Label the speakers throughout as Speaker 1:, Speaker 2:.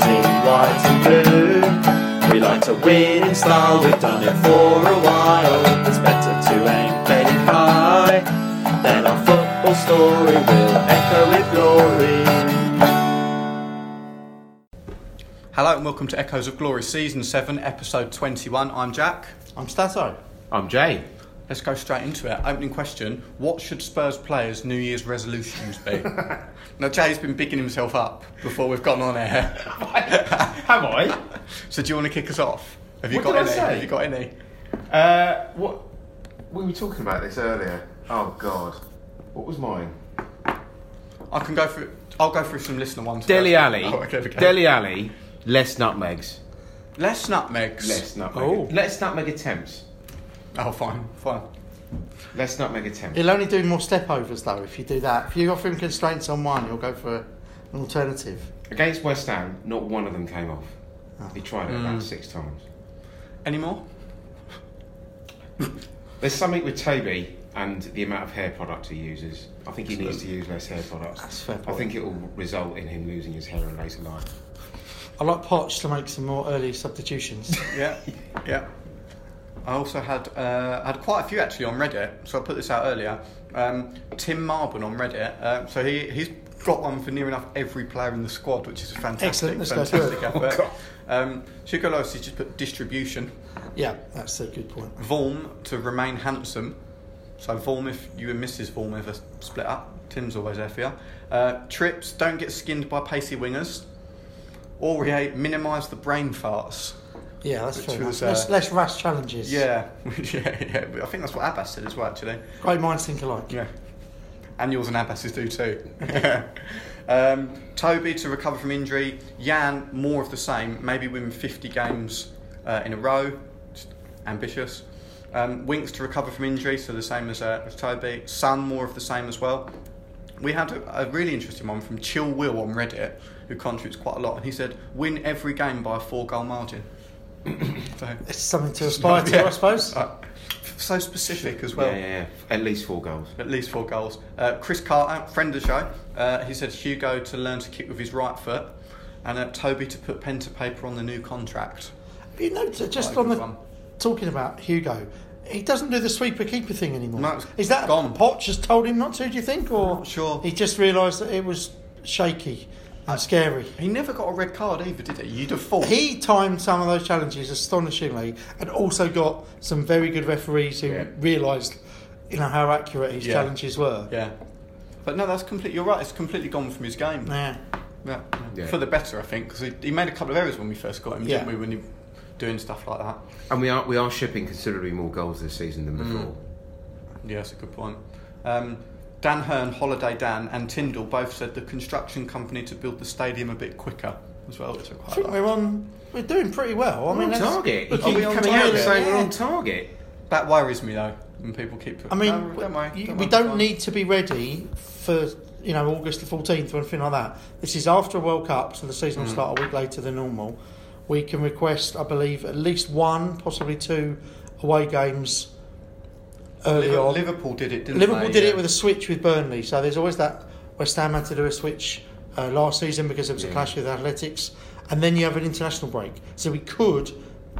Speaker 1: white and blue. We like to win in style, we've done it for a while. It's better to aim very high, then our football story will echo with glory.
Speaker 2: Hello and welcome to Echoes of Glory, Season 7, Episode 21. I'm Jack.
Speaker 3: I'm Stato.
Speaker 4: I'm Jay.
Speaker 2: Let's go straight into it. Opening question What should Spurs players' New Year's resolutions be? now, Jay's been bigging himself up before we've gone on air.
Speaker 4: Have I?
Speaker 2: So, do you want to kick us off? Have you
Speaker 4: What
Speaker 2: got
Speaker 4: did I
Speaker 2: any?
Speaker 4: say?
Speaker 2: Have you got any?
Speaker 4: Uh, what? We were talking about this earlier. Oh God, what was mine?
Speaker 2: I can go through. I'll go through some listener ones.
Speaker 4: Deli
Speaker 2: first.
Speaker 4: Alley.
Speaker 2: Oh, okay, okay.
Speaker 4: Deli Alley. Less nutmegs.
Speaker 2: Less nutmegs.
Speaker 4: Less nutmeg.
Speaker 3: Oh.
Speaker 4: Less nutmeg attempts.
Speaker 2: Oh, fine, fine.
Speaker 4: Less nutmeg attempts.
Speaker 3: He'll only do more step overs though if you do that. If you offer him constraints on one, he'll go for an alternative.
Speaker 4: Against West Ham, not one of them came off.
Speaker 3: Ah.
Speaker 4: He tried it about six times.
Speaker 2: Any more?
Speaker 4: There's something with Toby and the amount of hair product he uses. I think he needs to use less hair products.
Speaker 3: That's a fair
Speaker 4: I
Speaker 3: point.
Speaker 4: think it will result in him losing his hair in later life.
Speaker 3: I like Potch to make some more early substitutions.
Speaker 2: Yeah, yeah. I also had uh, had quite a few actually on Reddit, so I put this out earlier. Um, Tim Marban on Reddit, uh, so he he's got one for near enough every player in the squad, which is a fantastic,
Speaker 3: Excellent, let's go through
Speaker 2: fantastic
Speaker 3: it.
Speaker 2: effort.
Speaker 4: God.
Speaker 2: um, Chico Lois has just put distribution.
Speaker 3: yeah, that's a good point.
Speaker 2: Vorm to remain handsome. So Vorm, if you and Mrs. Vorm ever split up, Tim's always there for you. Uh, trips, don't get skinned by pacey wingers. Aurier, minimise the brain farts.
Speaker 3: Yeah, that's
Speaker 2: Which
Speaker 3: fair
Speaker 2: was,
Speaker 3: enough.
Speaker 2: uh,
Speaker 3: less, less rash challenges.
Speaker 2: Yeah, yeah, yeah. But I think that's what Abbas said as well, actually.
Speaker 3: Great minds think alike.
Speaker 2: Yeah. And yours and Abbas's do too. um, Toby to recover from injury. Jan, more of the same. Maybe win 50 games uh, in a row. Just ambitious. Um, Winks to recover from injury, so the same as, uh, as Toby. Sam, more of the same as well. We had a, a really interesting one from Chill Will on Reddit, who contributes quite a lot, and he said, win every game by a four goal margin. so,
Speaker 3: It's something to aspire to,
Speaker 2: Yeah.
Speaker 3: I suppose.
Speaker 2: Uh, so specific as well.
Speaker 4: yeah, yeah, yeah. At least four goals.
Speaker 2: At least four goals. Uh, Chris Carter, friend of the show, uh, he said Hugo to learn to kick with his right foot, and uh, Toby to put pen to paper on the new contract.
Speaker 3: you know, j- just
Speaker 2: Quite a
Speaker 3: on
Speaker 2: good
Speaker 3: the
Speaker 2: one.
Speaker 3: talking about Hugo, he doesn't do the sweeper keeper thing anymore.
Speaker 2: No, it's
Speaker 3: Is that
Speaker 2: gone.
Speaker 3: Potch has told him not to? Do you think, or
Speaker 2: not sure.
Speaker 3: he just realised that it was shaky and scary?
Speaker 2: He never got a red card either, did he? You'd have thought.
Speaker 3: He timed some of those challenges astonishingly, and also got some very good referees who
Speaker 2: Yeah.
Speaker 3: realised, you know, how accurate his
Speaker 2: Yeah.
Speaker 3: challenges were.
Speaker 2: yeah. But no, that's completely. You're right. It's completely gone from his game.
Speaker 3: Yeah.
Speaker 2: Yeah.
Speaker 4: Yeah.
Speaker 2: For the better, I think, because he, he made a couple of errors when we first got him,
Speaker 3: Yeah.
Speaker 2: didn't we? When he doing stuff like that.
Speaker 4: And we are we are shipping considerably more goals this season
Speaker 3: Mm.
Speaker 4: than before.
Speaker 2: Yeah, that's a good point. Um, Dan Hearn, Holiday Dan, and Tyndall both said the construction company to build the stadium a bit quicker as well, which I
Speaker 3: I
Speaker 2: quite
Speaker 3: think
Speaker 2: like.
Speaker 3: we're on. We're doing pretty well. I
Speaker 4: We're
Speaker 3: mean,
Speaker 4: on
Speaker 3: that's-
Speaker 4: target. You
Speaker 3: looking-
Speaker 4: keep
Speaker 2: Are we on
Speaker 4: coming out and
Speaker 2: target?
Speaker 4: saying we're
Speaker 3: Yeah.
Speaker 4: on target.
Speaker 2: That worries me though, when people keep.
Speaker 3: I mean,
Speaker 2: No, don't worry,
Speaker 3: you-
Speaker 2: don't
Speaker 3: we
Speaker 2: worry,
Speaker 3: don't
Speaker 2: fine.
Speaker 3: need to be ready for you know August the fourteenth or anything like that. This is after a World Cup, so the season
Speaker 2: Mm.
Speaker 3: will start a week later than normal. We can request, I believe, at least one, possibly two away games early
Speaker 2: Liverpool,
Speaker 3: on.
Speaker 2: Liverpool did it, didn't
Speaker 3: Liverpool
Speaker 2: they?
Speaker 3: did
Speaker 2: Yeah.
Speaker 3: it with a switch with Burnley, so there's always that West Ham had to do a switch uh, last season because there was a
Speaker 4: Yeah.
Speaker 3: clash with Athletics, and then you have an international break. So we could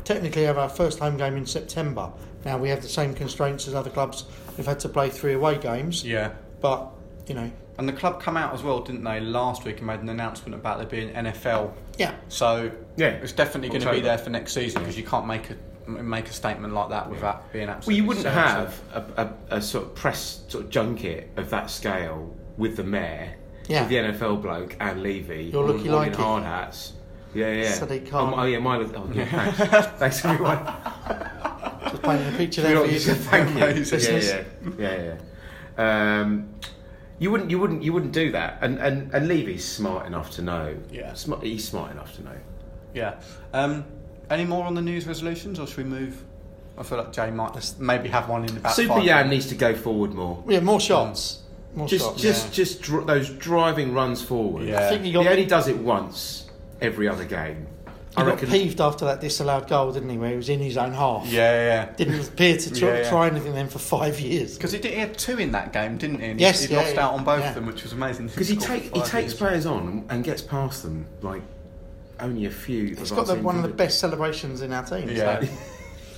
Speaker 3: technically have our first home game in September. Now we have the same constraints as other clubs. We've had to play three away games,
Speaker 2: Yeah,
Speaker 3: but you know,
Speaker 2: and the club come out as well, didn't they? Last week and made an announcement about there being NFL.
Speaker 3: yeah,
Speaker 2: So
Speaker 4: Yeah.
Speaker 2: it's definitely going to be
Speaker 4: October.
Speaker 2: there for next season because you can't make a m- make a statement like that without being absolutely.
Speaker 4: Well, you wouldn't
Speaker 2: certain.
Speaker 4: have a, a, a sort of press sort of junket of that scale with the mayor,
Speaker 3: Yeah.
Speaker 4: with the NFL bloke and Levy.
Speaker 3: You're
Speaker 4: all-
Speaker 3: looking
Speaker 4: all
Speaker 3: like
Speaker 4: in
Speaker 3: it.
Speaker 4: hard hats. Yeah, yeah. yeah.
Speaker 3: So they can't-
Speaker 4: Oh, my- oh yeah, mine. Oh, yeah, thanks. thanks everyone.
Speaker 3: just painting a picture
Speaker 4: We
Speaker 3: there
Speaker 4: don't
Speaker 3: for
Speaker 4: need to
Speaker 3: you.
Speaker 4: thank you.
Speaker 2: Business.
Speaker 4: Yeah, yeah, yeah, yeah. Um, you wouldn't, you wouldn't, you wouldn't do that. And and and Levy's smart enough to know.
Speaker 2: Yeah.
Speaker 4: Sma- he's smart enough to know.
Speaker 2: Yeah. Um, any more on the news resolutions, or should we move? I feel like Jay might just maybe have one in about
Speaker 4: Super
Speaker 2: five
Speaker 4: Yan needs to go forward more.
Speaker 3: Yeah, more shots, more
Speaker 4: Just,
Speaker 3: shots.
Speaker 4: just, just dr- those driving runs forward.
Speaker 2: Yeah.
Speaker 3: I think he
Speaker 4: He
Speaker 3: got,
Speaker 4: only does it once every other game.
Speaker 3: he got peeved after that disallowed goal, didn't he? Where he was in his own half.
Speaker 2: Yeah, yeah.
Speaker 3: Didn't appear to try,
Speaker 2: Yeah, yeah.
Speaker 3: try anything then for five years.
Speaker 2: Because he did. He had two in that game, didn't he? And
Speaker 3: Yes,
Speaker 2: He
Speaker 3: yeah,
Speaker 2: lost
Speaker 3: yeah,
Speaker 2: out on both
Speaker 3: yeah.
Speaker 2: of them, which was amazing.
Speaker 4: because he
Speaker 2: scored
Speaker 4: take
Speaker 2: for
Speaker 4: he
Speaker 2: five
Speaker 4: takes
Speaker 2: years.
Speaker 4: players on and gets past them like only a few. of
Speaker 3: He's got
Speaker 4: our
Speaker 3: the,
Speaker 4: team
Speaker 3: one of
Speaker 4: do
Speaker 3: the best celebrations in our team.
Speaker 2: Yeah.
Speaker 3: so-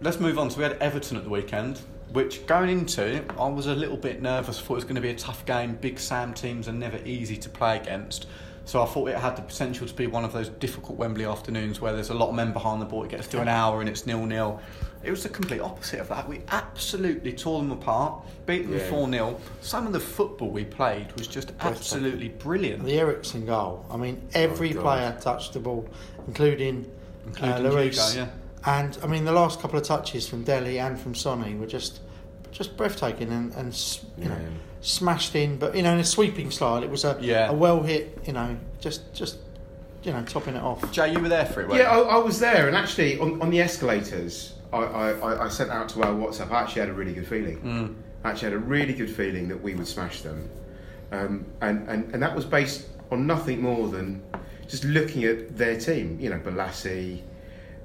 Speaker 2: Let's move on. So we had Everton at the weekend, which going into, I was a little bit nervous. Thought it was going to be a tough game. Big Sam teams are never easy to play against. So I thought it had the potential to be one of those difficult Wembley afternoons where there's a lot of men behind the ball. It gets to an hour and it's nil nil. It was the complete opposite of that. We absolutely tore them apart, beat them
Speaker 4: Yeah.
Speaker 2: four 0 Some of the football we played was just absolutely brilliant.
Speaker 3: The Ericsson goal. I mean, every
Speaker 4: Oh, God.
Speaker 3: player touched the ball, including,
Speaker 2: Including
Speaker 3: uh,
Speaker 2: Hugo,
Speaker 3: Lloris.
Speaker 2: yeah.
Speaker 3: And I mean, the last couple of touches from Delhi and from Sonny were just just breathtaking and, and s- you know
Speaker 4: Yeah.
Speaker 3: smashed in, but you know in a sweeping style. It was a
Speaker 2: Yeah.
Speaker 3: a well hit. You know, just just you know topping it off.
Speaker 2: Jay, you were there for it, weren't
Speaker 4: Yeah,
Speaker 2: you?
Speaker 4: I, I was there, and actually on, on the escalators, I, I, I- I sent out to our WhatsApp. I actually had a really good feeling.
Speaker 2: Mm.
Speaker 4: I actually had a really good feeling that we would smash them, um, and, and and that was based on nothing more than just looking at their team. You know, Balassi,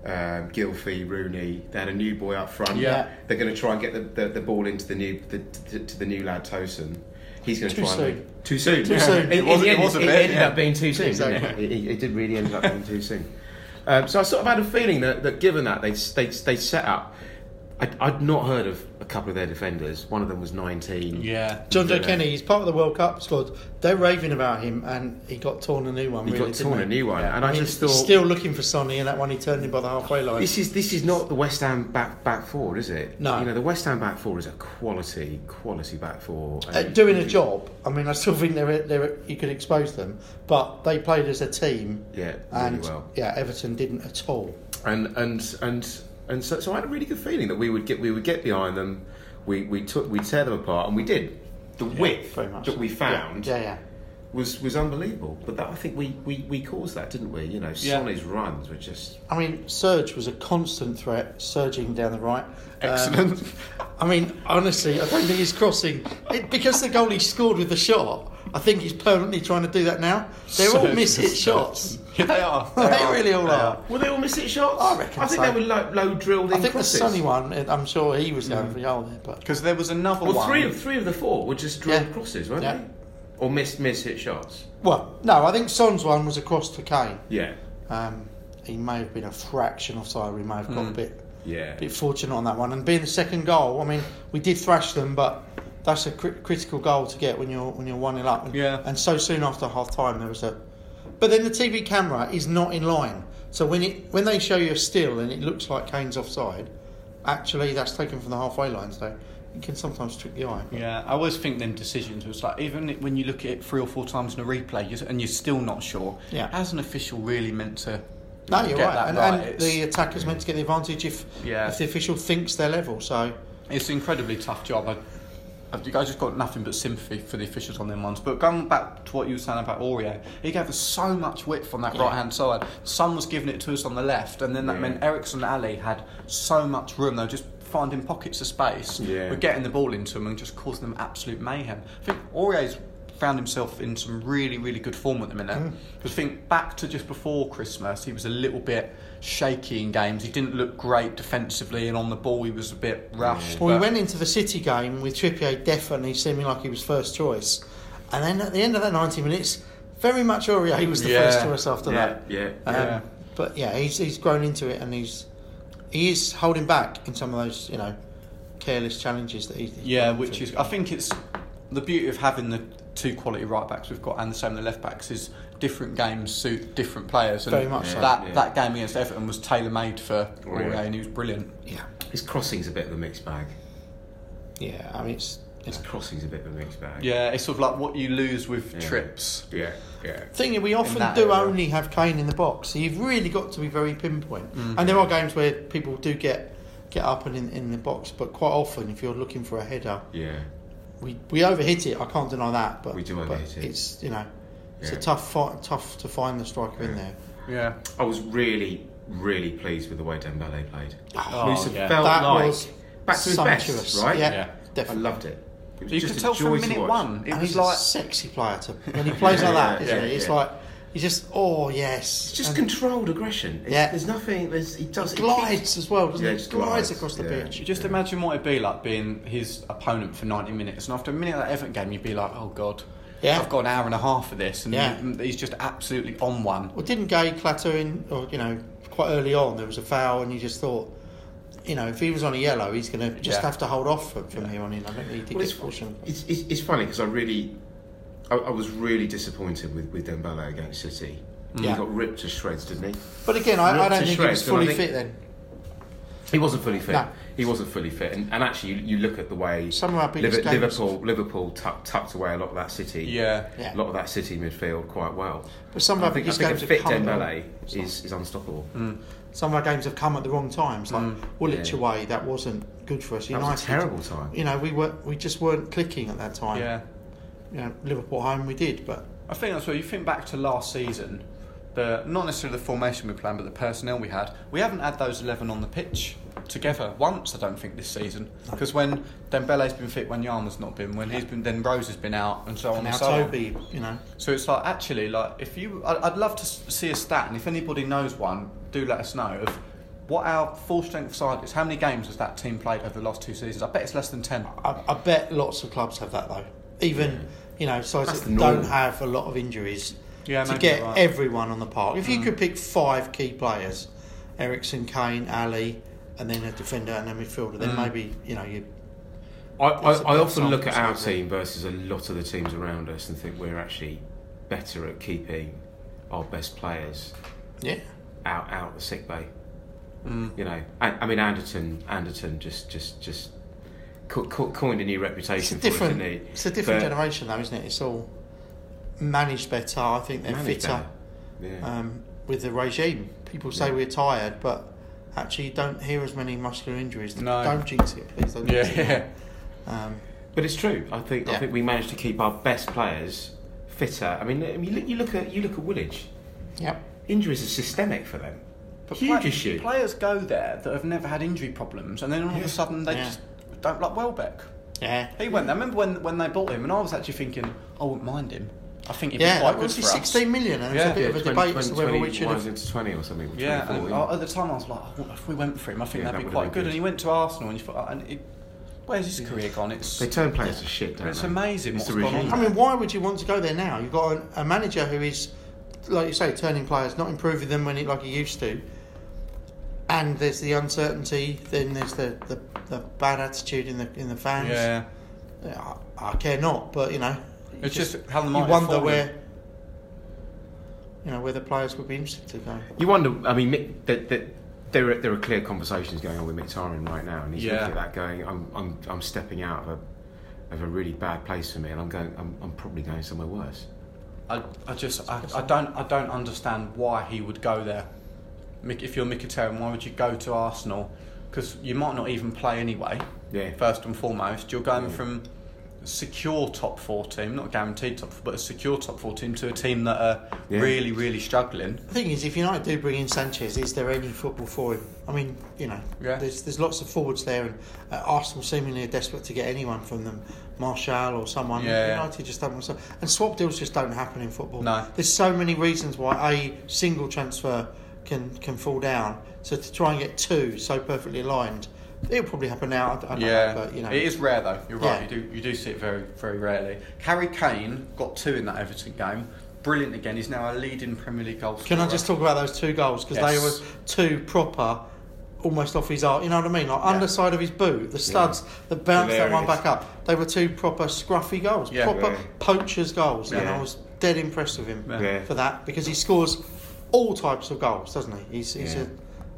Speaker 4: um, Gilfie, Rooney. They had a new boy up front.
Speaker 2: Yeah.
Speaker 4: they're going to try and get the, the, the ball into the new the, to, to the new lad Tosin. He's going to
Speaker 3: Too
Speaker 4: try
Speaker 3: soon.
Speaker 4: and make- too soon.
Speaker 3: Too soon.
Speaker 4: In-
Speaker 3: It
Speaker 4: in
Speaker 2: was-
Speaker 4: the
Speaker 2: it
Speaker 4: end,
Speaker 2: was a
Speaker 4: it
Speaker 2: bit,
Speaker 4: ended
Speaker 2: yeah.
Speaker 4: up being too soon. didn't it?
Speaker 3: Exactly.
Speaker 4: It, it- it did really end up being too soon. Um, so I sort of had a feeling that, that given that they they they set up, I, I'd not heard of a couple of their defenders. One of them was nineteen.
Speaker 2: Yeah.
Speaker 3: John Joe
Speaker 4: Yeah.
Speaker 3: Kenny, he's part of the World Cup squad. They're raving about him, and he got torn a new one.
Speaker 4: He
Speaker 3: really,
Speaker 4: got
Speaker 3: didn't
Speaker 4: torn
Speaker 3: he?
Speaker 4: a new one, and
Speaker 3: I
Speaker 4: I
Speaker 3: mean,
Speaker 4: just thought
Speaker 3: he's still looking for Sonny, and that one he turned in by the halfway line.
Speaker 4: this is this is not the West Ham back back four, is it?
Speaker 3: No.
Speaker 4: you know the West Ham back four is a quality quality back four.
Speaker 3: uh,
Speaker 4: And-
Speaker 3: doing a job. I mean, I still think they're, they're you could expose them, but they played as a team.
Speaker 4: Yeah, really
Speaker 3: and
Speaker 4: well.
Speaker 3: yeah, Everton didn't at all.
Speaker 4: and and and and so, so I had a really good feeling that we would get we would get behind them. We we took we tear them apart, and we did. The width
Speaker 3: very much.
Speaker 4: that we found
Speaker 3: Yeah, yeah.
Speaker 4: was was unbelievable. But that I think we we, we caused that, didn't we? You know,
Speaker 2: Yeah.
Speaker 4: Sonny's runs were just
Speaker 3: I mean, Serge was a constant threat, surging down the right. Um,
Speaker 2: Excellent.
Speaker 3: I mean, honestly, I don't think he's crossing it, because the goalie scored with the shot. I think he's permanently trying to do that now. They're all
Speaker 2: Serge
Speaker 3: miss hit
Speaker 2: is-
Speaker 3: shots.
Speaker 2: Yeah, they are.
Speaker 3: They really all are.
Speaker 4: were they all miss hit shots?
Speaker 3: I reckon
Speaker 4: I think
Speaker 3: so.
Speaker 4: they were low, low drilled
Speaker 3: I
Speaker 4: in
Speaker 3: think the
Speaker 4: crosses. Mm.
Speaker 3: sunny one. I'm sure he was going for the goal there, but
Speaker 2: Because there was another
Speaker 4: Well,
Speaker 2: one.
Speaker 4: three of three of the four were just drilled
Speaker 3: Yeah.
Speaker 4: crosses, weren't
Speaker 3: Yeah.
Speaker 4: they? Or missed miss hit shots.
Speaker 3: well, no, I think Son's one was across to Kane.
Speaker 4: Yeah,
Speaker 3: Um, he may have been a fraction offside. We may have got a
Speaker 2: Mm.
Speaker 3: bit,
Speaker 4: yeah.
Speaker 3: bit fortunate on that one. And being the second goal, I mean, we did thrash them, but that's a cri- critical goal to get when you're when you're one 0 up. And,
Speaker 2: Yeah.
Speaker 3: And so soon after half time, there was a. But then the TV camera is not in line, so when it when they show you a still and it looks like Kane's offside, actually that's taken from the halfway line, so it can sometimes trick the eye.
Speaker 2: Yeah, I always think them decisions was like even when you look at it three or four times in a replay you and you're still not sure.
Speaker 3: Yeah.
Speaker 2: Has an official really meant to?
Speaker 3: No, you're
Speaker 2: get
Speaker 3: right.
Speaker 2: That
Speaker 3: and,
Speaker 2: right?
Speaker 3: and
Speaker 2: it's,
Speaker 3: the attacker's meant to get the advantage if
Speaker 2: Yeah.
Speaker 3: if the official thinks they're level. So
Speaker 2: it's an incredibly tough job. I, I I just got nothing but sympathy for the officials on them ones. But going back to what you were saying about Aurier, he gave us so much width on that right hand side. Sun was giving it to us on the left, and then that
Speaker 4: Yeah.
Speaker 2: meant Ericsson and Ali had so much room. They were just finding pockets of space.
Speaker 4: Yeah.
Speaker 2: We're getting the ball into them and just causing them absolute mayhem. I think Aurier's found himself in some really, really good form at the minute.
Speaker 4: Hmm.
Speaker 2: Because I think back to just before Christmas, he was a little bit shaky in games. He didn't look great defensively, and on the ball, he was a bit rushed.
Speaker 3: Well, we
Speaker 2: but-
Speaker 3: went into the City game with Trippier definitely seeming like he was first choice, and then at the end of that 90 minutes, very much Aurier was the
Speaker 2: Yeah.
Speaker 3: first choice after
Speaker 4: yeah,
Speaker 3: that.
Speaker 4: yeah.
Speaker 3: Um,
Speaker 2: Yeah.
Speaker 3: But yeah, he's he's grown into it and he's he is holding back in some of those you know careless challenges that he.
Speaker 2: Yeah, which is I think it's the beauty of having the two quality right backs we've got and the same the left backs is different games suit different players and
Speaker 3: Very much so.
Speaker 2: that
Speaker 4: Yeah.
Speaker 2: that game against Everton was tailor made for Aurier
Speaker 4: Aurier.
Speaker 2: and he was brilliant.
Speaker 3: yeah,
Speaker 4: His crossing's a bit of a mixed bag.
Speaker 3: yeah. I mean, it's, you
Speaker 4: His
Speaker 3: know.
Speaker 4: crossing's a bit of a mixed bag.
Speaker 2: Yeah, it's sort of like what you lose with
Speaker 4: Yeah.
Speaker 2: trips.
Speaker 4: yeah, yeah.
Speaker 3: thing is we often
Speaker 2: that
Speaker 3: do
Speaker 2: area.
Speaker 3: only have Kane in the box, so you've really got to be very pinpoint. And
Speaker 2: Mm-hmm.
Speaker 3: there are games where people do get get up and in, in the box, but quite often if you're looking for a header,
Speaker 4: Yeah,
Speaker 3: we we overhit it. I can't deny that, but
Speaker 4: We do
Speaker 3: but
Speaker 4: overhit it.
Speaker 3: It's you know, it's a
Speaker 4: Yeah.
Speaker 3: tough fight, tough to find the striker in
Speaker 4: Yeah.
Speaker 3: there.
Speaker 2: Yeah.
Speaker 4: I was really, really pleased with the way Dembele played.
Speaker 2: Oh,
Speaker 4: Musa
Speaker 2: yeah.
Speaker 4: felt
Speaker 3: That
Speaker 4: like
Speaker 3: was
Speaker 4: back to his
Speaker 3: Sumptuous,
Speaker 4: best, right?
Speaker 3: Yeah,
Speaker 2: Yeah.
Speaker 4: I
Speaker 3: definitely.
Speaker 4: loved it. It was
Speaker 2: You
Speaker 4: just
Speaker 2: could
Speaker 4: a
Speaker 2: tell
Speaker 4: joy
Speaker 2: from
Speaker 4: to
Speaker 2: minute
Speaker 4: watch.
Speaker 2: one. It
Speaker 3: and
Speaker 2: was
Speaker 3: he's
Speaker 2: like
Speaker 3: a sexy player to when he plays like that. Isn't
Speaker 4: Yeah,
Speaker 3: he?
Speaker 4: yeah,
Speaker 3: It's
Speaker 4: yeah.
Speaker 3: like he's just oh yes,
Speaker 4: It's just
Speaker 3: And
Speaker 4: controlled aggression. It's,
Speaker 3: Yeah.
Speaker 4: There's nothing. There's he does it keeps-
Speaker 3: glides as well, doesn't
Speaker 4: Yeah,
Speaker 3: he?
Speaker 4: just
Speaker 3: glides
Speaker 4: glides,
Speaker 3: across the
Speaker 4: yeah.
Speaker 3: pitch.
Speaker 2: just imagine what it'd be like being his opponent for 90 minutes, and after a minute of that Everton game, you'd be like, "Oh God,
Speaker 3: Yeah.
Speaker 2: I've got an hour and a half for this, and
Speaker 3: Yeah.
Speaker 2: he- he's just absolutely on one.
Speaker 3: Well, didn't Gay clatter in, or you know, quite early on there was a foul, and you just thought, you know, if he was on a yellow, he's going to just
Speaker 2: Yeah.
Speaker 3: have to hold off from, from here on in. I think he did
Speaker 4: Well, it's,
Speaker 3: get fortunate.
Speaker 4: it's, it's, it's funny because I really, I, I was really disappointed with, with Dembele against City.
Speaker 3: Mm. Yeah.
Speaker 4: He got ripped to shreds, didn't he?
Speaker 3: But again, I, I
Speaker 4: Not
Speaker 3: don't
Speaker 4: to
Speaker 3: think he
Speaker 4: shreds,
Speaker 3: was
Speaker 4: and I
Speaker 3: fully
Speaker 4: think-
Speaker 3: fit then.
Speaker 4: He wasn't fully fit.
Speaker 3: No.
Speaker 4: He wasn't fully fit, and, and actually, you, you look at the way
Speaker 3: Some of our biggest
Speaker 4: Liver-
Speaker 3: games-
Speaker 4: Liverpool Liverpool tucked, tucked away a lot of that City.
Speaker 2: Yeah.
Speaker 4: a
Speaker 3: Yeah.
Speaker 4: lot of that City midfield quite well.
Speaker 3: But some of
Speaker 4: I
Speaker 3: our
Speaker 4: think, I
Speaker 3: biggest
Speaker 4: think
Speaker 3: games
Speaker 4: a
Speaker 3: have
Speaker 4: fit
Speaker 3: come.
Speaker 4: Dembele is, is unstoppable.
Speaker 3: Some of our games have come at the wrong times. Like Woolwich
Speaker 4: Mm, yeah.
Speaker 3: away, that wasn't good for us.
Speaker 4: That
Speaker 3: United,
Speaker 4: was a terrible time.
Speaker 3: You know, we were we just weren't clicking at that time.
Speaker 2: Yeah.
Speaker 3: You know, Liverpool home we did, but
Speaker 2: I think that's where you think back to last season, the not necessarily the formation we planned, but the personnel we had. We haven't had those eleven on the pitch together once. I don't think this season because when Dembele's been fit, when Yarmouth's not been, when he's been, then Rose has been out, and so on and,
Speaker 3: now
Speaker 2: so on.
Speaker 3: Toby, you know,
Speaker 2: So it's like actually, like if you, I- I'd love to s- see a stat, and if anybody knows one, do let us know of what our full strength side is. How many games has that team played over the last two seasons? I bet it's less than ten.
Speaker 3: I, I bet lots of clubs have that though. Even you know sides
Speaker 4: That's
Speaker 3: that
Speaker 4: the norm.
Speaker 3: don't have a lot of injuries
Speaker 2: Yeah,
Speaker 3: to
Speaker 2: maybe
Speaker 3: get
Speaker 2: you're right. Mm.
Speaker 3: everyone on the park. If you could pick five key players, Ericsson, Kane, Ali, and then a defender and a midfielder,
Speaker 2: Mm.
Speaker 3: then maybe you know you.
Speaker 4: I, I,
Speaker 3: It's a
Speaker 4: I
Speaker 3: big
Speaker 4: often look at
Speaker 3: sample
Speaker 4: our
Speaker 3: size, yeah.
Speaker 4: team versus a lot of the teams around us and think we're actually better at keeping our best players
Speaker 3: Yeah,
Speaker 4: out out the sick bay. You know, I, I mean Anderton, Anderton just just just co- co- coined a new
Speaker 3: it's a
Speaker 4: reputation. for us,
Speaker 3: different.
Speaker 4: didn't he?
Speaker 3: It's a different
Speaker 4: But
Speaker 3: generation though, isn't it? It's all managed better. I think they're
Speaker 4: managed
Speaker 3: fitter
Speaker 4: better. Yeah.
Speaker 3: um, with the regime. People say we're tired, but actually you don't hear as many muscular injuries.
Speaker 2: No.
Speaker 3: Don't jinx it, please. Don't jinx it.
Speaker 2: Yeah.
Speaker 3: Um,
Speaker 4: But it's true. I think
Speaker 3: Yeah.
Speaker 4: I think we managed to keep our best players fitter. I mean, I mean, you look, you look at you look at Woolwich.
Speaker 3: yep.
Speaker 4: Injuries are systemic for them. Huge
Speaker 2: play-
Speaker 4: issue.
Speaker 2: Players go there that have never had injury problems, and then all of a sudden they
Speaker 3: Yeah.
Speaker 2: just don't like Welbeck.
Speaker 3: Yeah.
Speaker 2: He went there. I remember when, when they bought him, and I was actually thinking, I wouldn't mind him. I think he'd
Speaker 3: Yeah,
Speaker 2: be quite
Speaker 3: that
Speaker 2: good
Speaker 3: was
Speaker 2: for
Speaker 3: be
Speaker 2: us.
Speaker 3: 16 million, and there was a
Speaker 2: Yeah,
Speaker 3: bit of a
Speaker 4: 20,
Speaker 3: debate as to
Speaker 4: 20,
Speaker 3: whether we should
Speaker 4: 21
Speaker 3: have.
Speaker 4: into twenty or something. or
Speaker 2: Yeah,
Speaker 4: 24,
Speaker 2: and
Speaker 4: yeah.
Speaker 2: I- at the time I was like, oh, if we went for him, I think
Speaker 4: Yeah,
Speaker 2: that'd
Speaker 4: that
Speaker 2: be
Speaker 4: would've
Speaker 2: quite
Speaker 4: been
Speaker 2: good.
Speaker 4: good.
Speaker 2: And he went to Arsenal, and you thought, and it, where's his career gone? It's
Speaker 4: They turn players to shit, don't
Speaker 2: It's
Speaker 4: they?
Speaker 2: amazing
Speaker 4: It's
Speaker 2: what's
Speaker 4: the
Speaker 2: gone on
Speaker 4: regime.
Speaker 2: there.
Speaker 3: I mean, why would you want to go there now? You've got a, a manager who is, like you say, turning players, not improving them when it, like he used to. And there's the uncertainty. Then there's the, the, the bad attitude in the in the fans.
Speaker 2: yeah,
Speaker 3: Yeah, I, I care not, but you know, you
Speaker 2: it's just, how the
Speaker 3: you
Speaker 2: mighty have
Speaker 3: wonder
Speaker 2: fallen.
Speaker 3: where. You know where the players would be interested to go.
Speaker 4: You wonder. I mean, Mick, that that there are there are clear conversations going on with Mick Taran right now, and he's
Speaker 2: Yeah.
Speaker 4: looking at that going, I'm I'm I'm stepping out of a of a really bad place for me, and I'm going, I'm, I'm probably going somewhere worse.
Speaker 2: I, I just, I, I don't, I don't understand why he would go there. Mik- If you're Mkhitaryan, why would you go to Arsenal? Because you might not even play anyway.
Speaker 4: Yeah. Mm.
Speaker 2: First and foremost, you're going from a secure top four team, not a guaranteed top, four, but a secure top four team to a team that are
Speaker 4: Yeah.
Speaker 2: really, really struggling.
Speaker 3: The thing is, if United do bring in Sanchez, is there any football for him? I mean, you know,
Speaker 2: Yeah.
Speaker 3: there's there's lots of forwards there, and uh, Arsenal seemingly are desperate to get anyone from them, Martial or someone.
Speaker 2: Yeah, yeah.
Speaker 3: United just don't want to. And swap deals just don't happen in football.
Speaker 2: No.
Speaker 3: There's so many reasons why a single transfer can can fall down. So to try and get two so perfectly aligned, it'll probably happen now. I don't- I don't
Speaker 2: Yeah,
Speaker 3: know, but you know,
Speaker 2: it is rare though. You're right.
Speaker 3: Yeah.
Speaker 2: You do you do see it very very rarely. Harry Kane got two in that Everton game. Brilliant again. He's now a leading Premier League goal scorer.
Speaker 3: Can I just talk about those two goals because they
Speaker 2: Yes.
Speaker 3: were two proper, almost off his art. You know what I mean? Like underside of his boot, the studs that bounced that one
Speaker 4: Hilarious.
Speaker 3: back up. They were two proper scruffy goals,
Speaker 2: Yeah.
Speaker 3: proper
Speaker 4: Yeah.
Speaker 3: poachers goals, and
Speaker 4: Yeah.
Speaker 3: I was dead impressed with him
Speaker 2: Yeah.
Speaker 4: Yeah.
Speaker 3: for that because he scores all types of goals, doesn't he? He's he's
Speaker 4: Yeah.
Speaker 3: a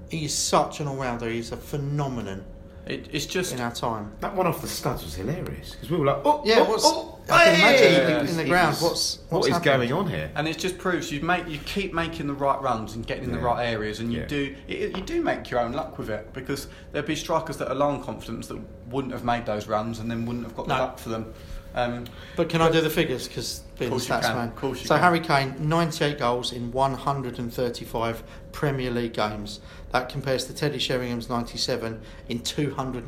Speaker 3: he's such an all rounder. He's a phenomenon
Speaker 2: It, it's just
Speaker 3: in our time.
Speaker 4: That one off the studs was hilarious because we were like, oh,
Speaker 3: Yeah,
Speaker 4: oh,
Speaker 3: what's,
Speaker 4: oh,
Speaker 3: I can
Speaker 4: hey!"
Speaker 3: imagine
Speaker 2: Yeah.
Speaker 3: in the- in the
Speaker 4: It
Speaker 3: ground.
Speaker 4: was-
Speaker 3: What's
Speaker 4: what
Speaker 3: what's
Speaker 4: is
Speaker 3: happening?
Speaker 4: going on here?
Speaker 2: and it just proves you make you keep making the right runs and getting in the
Speaker 4: Yeah.
Speaker 2: right areas, and you
Speaker 4: Yeah.
Speaker 2: do it, you do make your own luck with it because there'd be strikers that are low on confidence that wouldn't have made those runs and then wouldn't have got
Speaker 3: No.
Speaker 2: the luck for them. Um,
Speaker 3: But can I do the figures? Because being a
Speaker 2: Course you
Speaker 3: stats
Speaker 2: can,
Speaker 3: man.
Speaker 2: course you
Speaker 3: so
Speaker 2: can.
Speaker 3: Harry Kane, 98 goals in 135 Premier League games. That compares to Teddy Sheringham's 97 in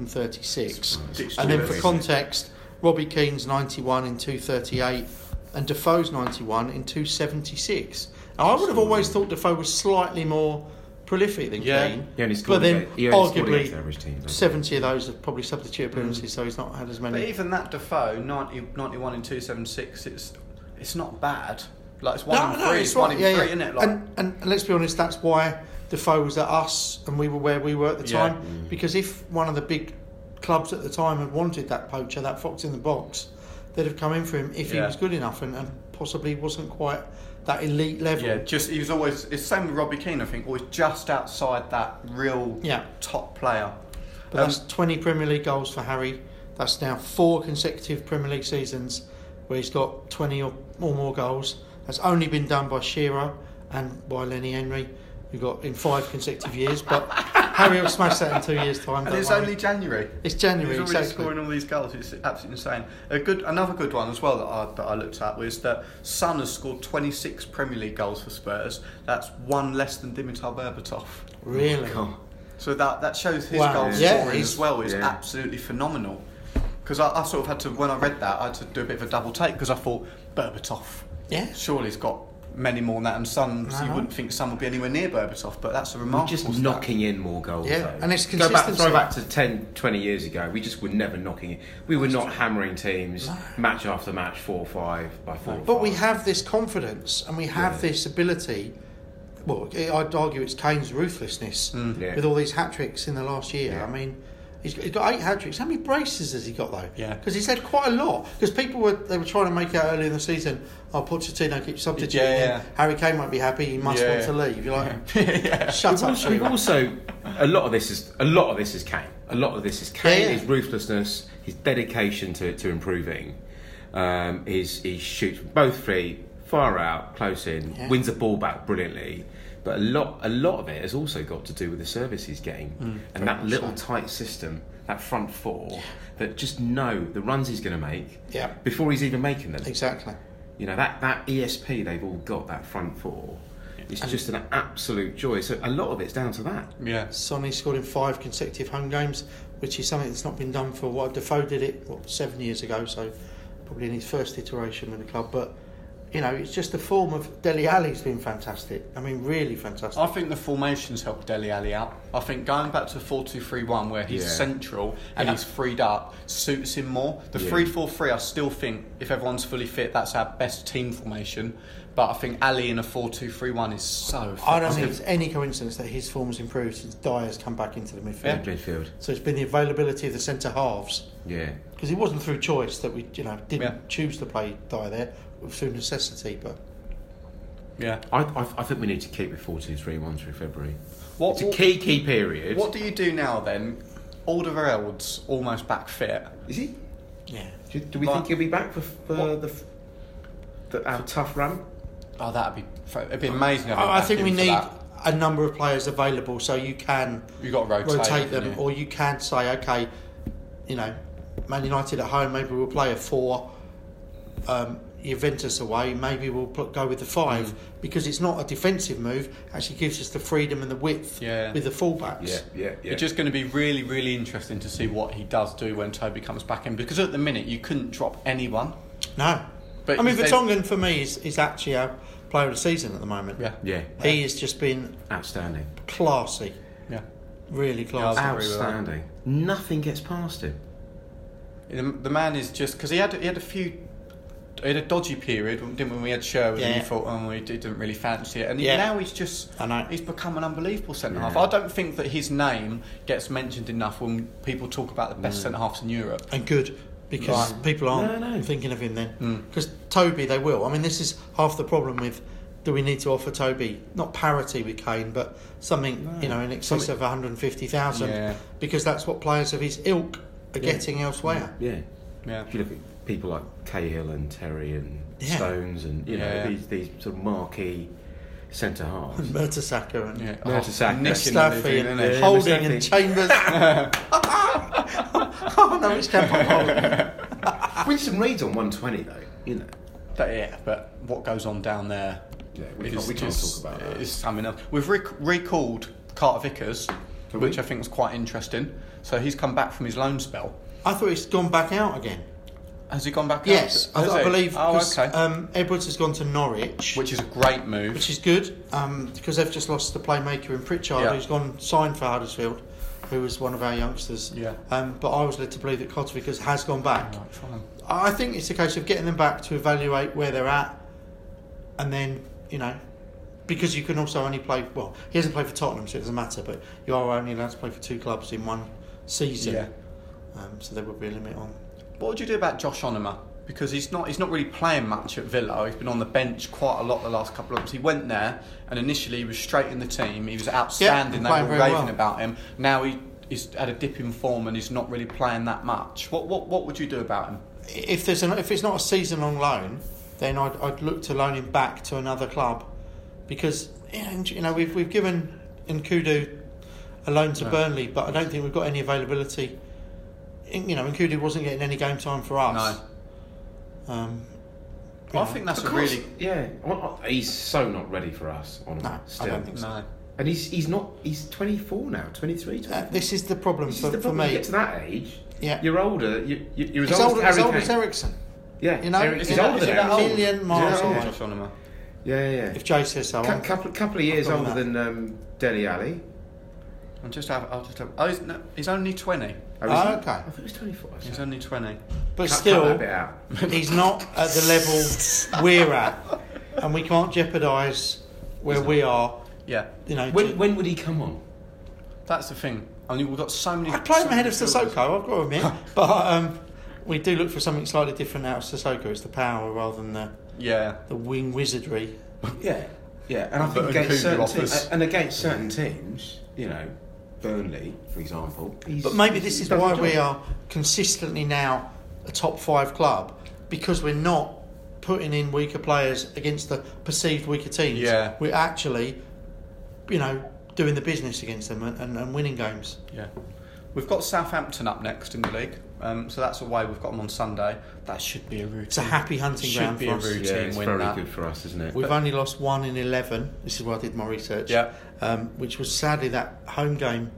Speaker 3: 236.
Speaker 2: It's
Speaker 3: And then for
Speaker 4: ridiculous.
Speaker 3: context, Robbie Keane's 91 in 238 and Defoe's 91 in 276. Now, I would have always thought Defoe was slightly more prolific than
Speaker 2: Yeah.
Speaker 3: Keane.
Speaker 4: He only
Speaker 3: but
Speaker 4: scored
Speaker 3: then
Speaker 4: against- he only scored against average teams,
Speaker 3: arguably
Speaker 4: hasn't he?
Speaker 3: 70 of those are probably
Speaker 4: Mm.
Speaker 3: substitute appearances, so he's not had as many.
Speaker 2: But even that Defoe, 90, 91 and 276, it's, it's not bad. Like it's one
Speaker 3: No,
Speaker 2: in
Speaker 3: no,
Speaker 2: three,
Speaker 3: it's
Speaker 2: it's one
Speaker 3: right,
Speaker 2: in
Speaker 3: yeah,
Speaker 2: three,
Speaker 3: yeah.
Speaker 2: isn't it? Like,
Speaker 3: and, and, and let's be honest, that's why Defoe was at us and we were where we were at the
Speaker 2: Yeah. Mm.
Speaker 3: time. Because if one of the big clubs at the time had wanted that poacher, that fox in the box, they'd have come in for him if he
Speaker 2: Yeah.
Speaker 3: was good enough and, and possibly wasn't quite that elite level.
Speaker 2: yeah, just he was always. It's the same with Robbie Keane, I think. Always just outside that real
Speaker 3: Yeah.
Speaker 2: top player.
Speaker 3: But
Speaker 2: Um,
Speaker 3: that's 20 Premier League goals for Harry. That's now four consecutive Premier League seasons where he's got 20 or, or more goals. That's only been done by Shearer and by Lenny Henry, who got in five consecutive years. But Harry will smash that in two years' time.
Speaker 2: and
Speaker 3: don't
Speaker 2: it's
Speaker 3: worry.
Speaker 2: only January.
Speaker 3: it's January,
Speaker 2: He's already
Speaker 3: exactly.
Speaker 2: scoring all these goals. It's absolutely insane. A good, another good one as well that I, that I looked at was that Son has scored 26 Premier League goals for Spurs. That's one less than Dimitar Berbatov.
Speaker 3: Really?
Speaker 4: God.
Speaker 2: So that that shows his
Speaker 3: Wow.
Speaker 2: goal
Speaker 3: Yeah,
Speaker 2: scoring
Speaker 3: he's-
Speaker 2: as well is
Speaker 4: yeah.
Speaker 2: absolutely phenomenal. Because I, I sort of had to when I read that I had to do a bit of a double take because I thought Berbatov.
Speaker 3: Yeah.
Speaker 2: Surely he's got many more than that, and Son
Speaker 3: Uh-huh.
Speaker 2: you wouldn't think Son would be anywhere near Berbatov, but that's a
Speaker 4: We're
Speaker 2: remarkable.
Speaker 4: just
Speaker 2: stat.
Speaker 4: knocking in more goals.
Speaker 3: Yeah,
Speaker 4: though.
Speaker 3: and it's
Speaker 4: Go back,
Speaker 3: consistency.
Speaker 4: throw back to 10, 20 years ago. We just were never knocking it. We were not hammering teams match after match, four five by four. or
Speaker 3: But we
Speaker 4: five.
Speaker 3: have this confidence and we have this ability. Well, I- I'd argue it's Kane's ruthlessness
Speaker 4: Mm. Yeah.
Speaker 3: with all these hat tricks in the last year.
Speaker 4: Yeah.
Speaker 3: I mean, he's got, he's got eight hat tricks. How many braces has he got though?
Speaker 2: Yeah.
Speaker 3: because he's had quite a lot. Because people were they were trying to make out early in the season. Oh, Pochettino keeps substituting.
Speaker 2: Yeah,
Speaker 3: him.
Speaker 2: yeah.
Speaker 3: Harry Kane won't be happy. He must
Speaker 2: Yeah.
Speaker 3: want to leave. You're like,
Speaker 2: yeah.
Speaker 3: shut
Speaker 4: We've
Speaker 3: up,
Speaker 4: also, we've
Speaker 3: Shearer.
Speaker 4: also- a lot of this is a lot of this is Kane. A lot of this is Kane.
Speaker 3: Yeah, yeah.
Speaker 4: His ruthlessness, his dedication to to improving, um, his he shoots from both free, far out, close in,
Speaker 3: Yeah.
Speaker 4: wins the ball back brilliantly. But a lot a lot of it has also got to do with the service he's getting
Speaker 3: Mm.
Speaker 4: and that little tight system, that front four that just know the runs he's going to make
Speaker 3: Yeah.
Speaker 4: before he's even making them.
Speaker 3: Exactly.
Speaker 4: You know that that ESP they've all got that front four. It's just an absolute joy. So a lot of it's down to that.
Speaker 2: Yeah.
Speaker 3: Sonny scored in five consecutive home games, which is something that's not been done for what Defoe did it what seven years ago, so probably in his first iteration with the club. But you know, it's just the form of Deli Ali's been fantastic. I mean, really fantastic.
Speaker 2: I think the formations helped Deli Ali out. I think going back to 4 2 3 1, where he's
Speaker 4: Yeah.
Speaker 2: central and
Speaker 3: Yeah.
Speaker 2: he's freed up, suits him more. The
Speaker 4: Yeah.
Speaker 2: 3 4 3, I still think if everyone's fully fit, that's our best team formation. But I think Ali in a 4 2 3 1 is so
Speaker 3: I don't
Speaker 2: effective.
Speaker 3: think it's any coincidence that his form's improved since Dyer's come back into the midfield.
Speaker 4: In midfield.
Speaker 3: So it's been the availability of the centre halves
Speaker 4: Yeah.
Speaker 3: because it wasn't through choice that we, you know, didn't
Speaker 2: Yeah.
Speaker 3: choose to play Dyer there it was through necessity. But
Speaker 2: Yeah.
Speaker 4: I, I, I think we need to keep with 14 3 1 through February.
Speaker 2: What,
Speaker 4: It's a key, key period.
Speaker 2: what do you do now then? Alderweireld's almost back fit.
Speaker 4: Is he?
Speaker 3: yeah,
Speaker 4: Do, do we
Speaker 2: But-
Speaker 4: think he'll be back for, for the, f- the our tough run?
Speaker 2: Oh, that'd be, f- it'd be amazing. having
Speaker 3: I, I
Speaker 2: back
Speaker 3: think
Speaker 2: in
Speaker 3: we
Speaker 2: for
Speaker 3: need
Speaker 2: that.
Speaker 3: a number of players available so you can
Speaker 2: You've got to rotate,
Speaker 3: rotate, them,
Speaker 2: haven't you?
Speaker 3: or you can say, okay, you know, Man United at home, maybe we'll play a four. Um, Juventus away, maybe we'll put, go with the five
Speaker 2: Mm.
Speaker 3: because it's not a defensive move. Actually, gives us the freedom and the width
Speaker 2: Yeah.
Speaker 3: with the fullbacks.
Speaker 4: yeah,
Speaker 2: It's just going to be really, really interesting to see what he does do when Toby comes back in because at the minute you couldn't drop anyone.
Speaker 3: No,
Speaker 2: But
Speaker 3: I mean
Speaker 2: they-
Speaker 3: Vertonghen for me is, is actually our player of the season at the moment.
Speaker 2: Yeah.
Speaker 4: yeah.
Speaker 3: he has just been
Speaker 4: Outstanding.
Speaker 3: classy,
Speaker 2: Yeah.
Speaker 3: really classy.
Speaker 2: Yeah, Very well.
Speaker 4: Outstanding. Nothing gets past him.
Speaker 2: The, the man is just because he had he had a few. He had a dodgy period, didn't we? When we had Sherwood, and
Speaker 3: Yeah.
Speaker 2: you thought, oh, he didn't really fancy it. And
Speaker 3: Yeah.
Speaker 2: now he's just,
Speaker 3: I know.
Speaker 2: he's become an unbelievable centre half.
Speaker 4: Yeah.
Speaker 2: I don't think that his name gets mentioned enough when people talk about the best centre halves in Europe.
Speaker 3: and good because people aren't
Speaker 4: No, no.
Speaker 3: thinking of him
Speaker 2: Hmm.
Speaker 3: then. Because Toby, they will. I mean, this is half the problem with do we need to offer Toby not parity with Kane, but something you know in excess of one hundred fifty thousand
Speaker 2: Yeah.
Speaker 3: because that's what players of his ilk are getting elsewhere.
Speaker 4: Yeah.
Speaker 2: Yeah.
Speaker 4: If you look at people like Cahill and Terry and
Speaker 3: Yeah.
Speaker 4: Stones and, you know,
Speaker 2: Yeah.
Speaker 4: these, these sort of marquee centre halves.
Speaker 3: Mertesacker and
Speaker 2: Hmm. Yeah.
Speaker 4: No, it's a sack.
Speaker 2: nicking and
Speaker 3: Mustafi
Speaker 2: moving, isn't
Speaker 3: and
Speaker 2: it?
Speaker 4: Yeah.
Speaker 3: Holding and
Speaker 4: Mustafi.
Speaker 3: Chambers. oh no, it's Kemp Holding.
Speaker 4: Winston Reed's on 120, though, you know.
Speaker 2: But yeah, but what goes on down there?
Speaker 4: Yeah, we can't- we can't talk about that.
Speaker 2: It's something else. We've rec- recalled Carter Vickers,
Speaker 4: Have we?
Speaker 2: which I think is quite interesting. So he's come back from his loan spell.
Speaker 3: I thought he's gone back out again.
Speaker 2: Has he gone back?
Speaker 3: Yes,
Speaker 2: out?
Speaker 3: I,
Speaker 2: Has
Speaker 3: I
Speaker 2: he?
Speaker 3: believe
Speaker 2: Oh,
Speaker 3: 'cause,
Speaker 2: okay.
Speaker 3: um, Edwards has gone to Norwich.
Speaker 2: which is a great move.
Speaker 3: which is good um, because they've just lost the playmaker in Pritchard,
Speaker 2: Yeah.
Speaker 3: who's gone signed for Huddersfield, who was one of our youngsters.
Speaker 2: Yeah.
Speaker 3: Um, but I was led to believe that Kotovic has gone back.
Speaker 2: Right, fine.
Speaker 3: I I think it's a case of getting them back to evaluate where they're at, and then you know, because you can also only play. Well, he hasn't played for Tottenham, so it doesn't matter. But you are only allowed to play for two clubs in one season.
Speaker 2: Yeah.
Speaker 3: Um, so there would be a limit on.
Speaker 2: What would you do about Josh Onema? Because he's not he's not really playing much at Villa. He's been on the bench quite a lot the last couple of months. He went there and initially he was straight in the team. He was outstanding. they
Speaker 3: playing
Speaker 2: were
Speaker 3: very
Speaker 2: raving
Speaker 3: well.
Speaker 2: about him. Now he is at a dip in form and he's not really playing that much. What what what would you do about him?
Speaker 3: If there's an, if it's not a season long loan, then I'd, I'd look to loan him back to another club, because and, you know we've we've given Nkudu a loan to Burnley, but I don't think we've got any availability. In- You know, Nkudu wasn't getting any game time for us. No. Um,
Speaker 2: Well, I think that's
Speaker 4: Of
Speaker 2: a
Speaker 4: course,
Speaker 2: really
Speaker 4: yeah. Well, I- he's so not ready for us. On
Speaker 3: No, I
Speaker 4: still.
Speaker 3: don't think so.
Speaker 2: no.
Speaker 4: And he's he's not. He's 24 now. 23. 24.
Speaker 3: that- this is the problem
Speaker 4: This
Speaker 3: for,
Speaker 4: is the
Speaker 3: for
Speaker 4: problem. You
Speaker 3: me.
Speaker 4: get to that age.
Speaker 3: Yeah.
Speaker 4: You're older. You, you, you're as
Speaker 3: He's
Speaker 4: old
Speaker 3: older,
Speaker 4: as
Speaker 3: he's
Speaker 4: Harry
Speaker 3: older as
Speaker 4: Kane.
Speaker 3: Ericsson.
Speaker 4: Yeah.
Speaker 3: You know,
Speaker 4: Eric-
Speaker 3: is
Speaker 4: he's
Speaker 3: it-
Speaker 4: older
Speaker 2: is it
Speaker 4: than
Speaker 2: that
Speaker 4: Ericsson.
Speaker 2: old?
Speaker 3: Million miles
Speaker 4: Yeah.
Speaker 3: away.
Speaker 2: Josh Onema.
Speaker 4: Yeah, yeah.
Speaker 3: If Jay says so,
Speaker 4: yeah.
Speaker 3: I'm-
Speaker 4: Cou- couple, couple of years
Speaker 3: I'll go
Speaker 4: older
Speaker 3: with
Speaker 4: than um, Deli Ali.
Speaker 2: I'm just have, I'll just have, oh, he's, no, he's only twenty.
Speaker 4: Oh, is he-
Speaker 3: okay.
Speaker 4: I thought he was 24.
Speaker 2: He's only twenty.
Speaker 4: Cut- cut that
Speaker 3: but still,
Speaker 4: bit out.
Speaker 3: he's not at the level we're at, and we can't jeopardise where we are.
Speaker 2: Yeah,
Speaker 3: You know, to-
Speaker 4: When, when would he come on?
Speaker 2: that's the thing. I mean, we've got so many.
Speaker 3: I played
Speaker 2: so
Speaker 3: my head of
Speaker 2: many
Speaker 3: Sissoko, I've got to admit, but um, we do look for something slightly different out of Sissoko. It's the power rather than the
Speaker 2: Yeah,
Speaker 3: the wing wizardry.
Speaker 4: Yeah, yeah, and I
Speaker 2: But
Speaker 4: think against
Speaker 2: Nkunku
Speaker 4: certain
Speaker 2: offers-
Speaker 4: teams, and against certain teams, you know, Burnley, for example. he's-
Speaker 3: But maybe this
Speaker 4: he
Speaker 3: is
Speaker 4: does
Speaker 3: why
Speaker 4: the
Speaker 3: we
Speaker 4: job.
Speaker 3: are consistently now a top five club because we're not putting in weaker players against the perceived weaker teams.
Speaker 2: Yeah.
Speaker 3: We're actually, you know, doing the business against them and, and, and winning games.
Speaker 2: Yeah. We've got Southampton up next in the league, um, so that's away. We've got them on Sunday. That should be a routine.
Speaker 3: It's a happy hunting
Speaker 2: Should
Speaker 3: ground
Speaker 2: be
Speaker 3: for
Speaker 2: a
Speaker 3: us.
Speaker 2: routine
Speaker 4: Yeah, it's
Speaker 2: win.
Speaker 4: very
Speaker 2: that.
Speaker 4: good for us, isn't it?
Speaker 3: We've only lost one in 11. This is where I did my research.
Speaker 2: Yeah.
Speaker 3: Um, which was sadly that home game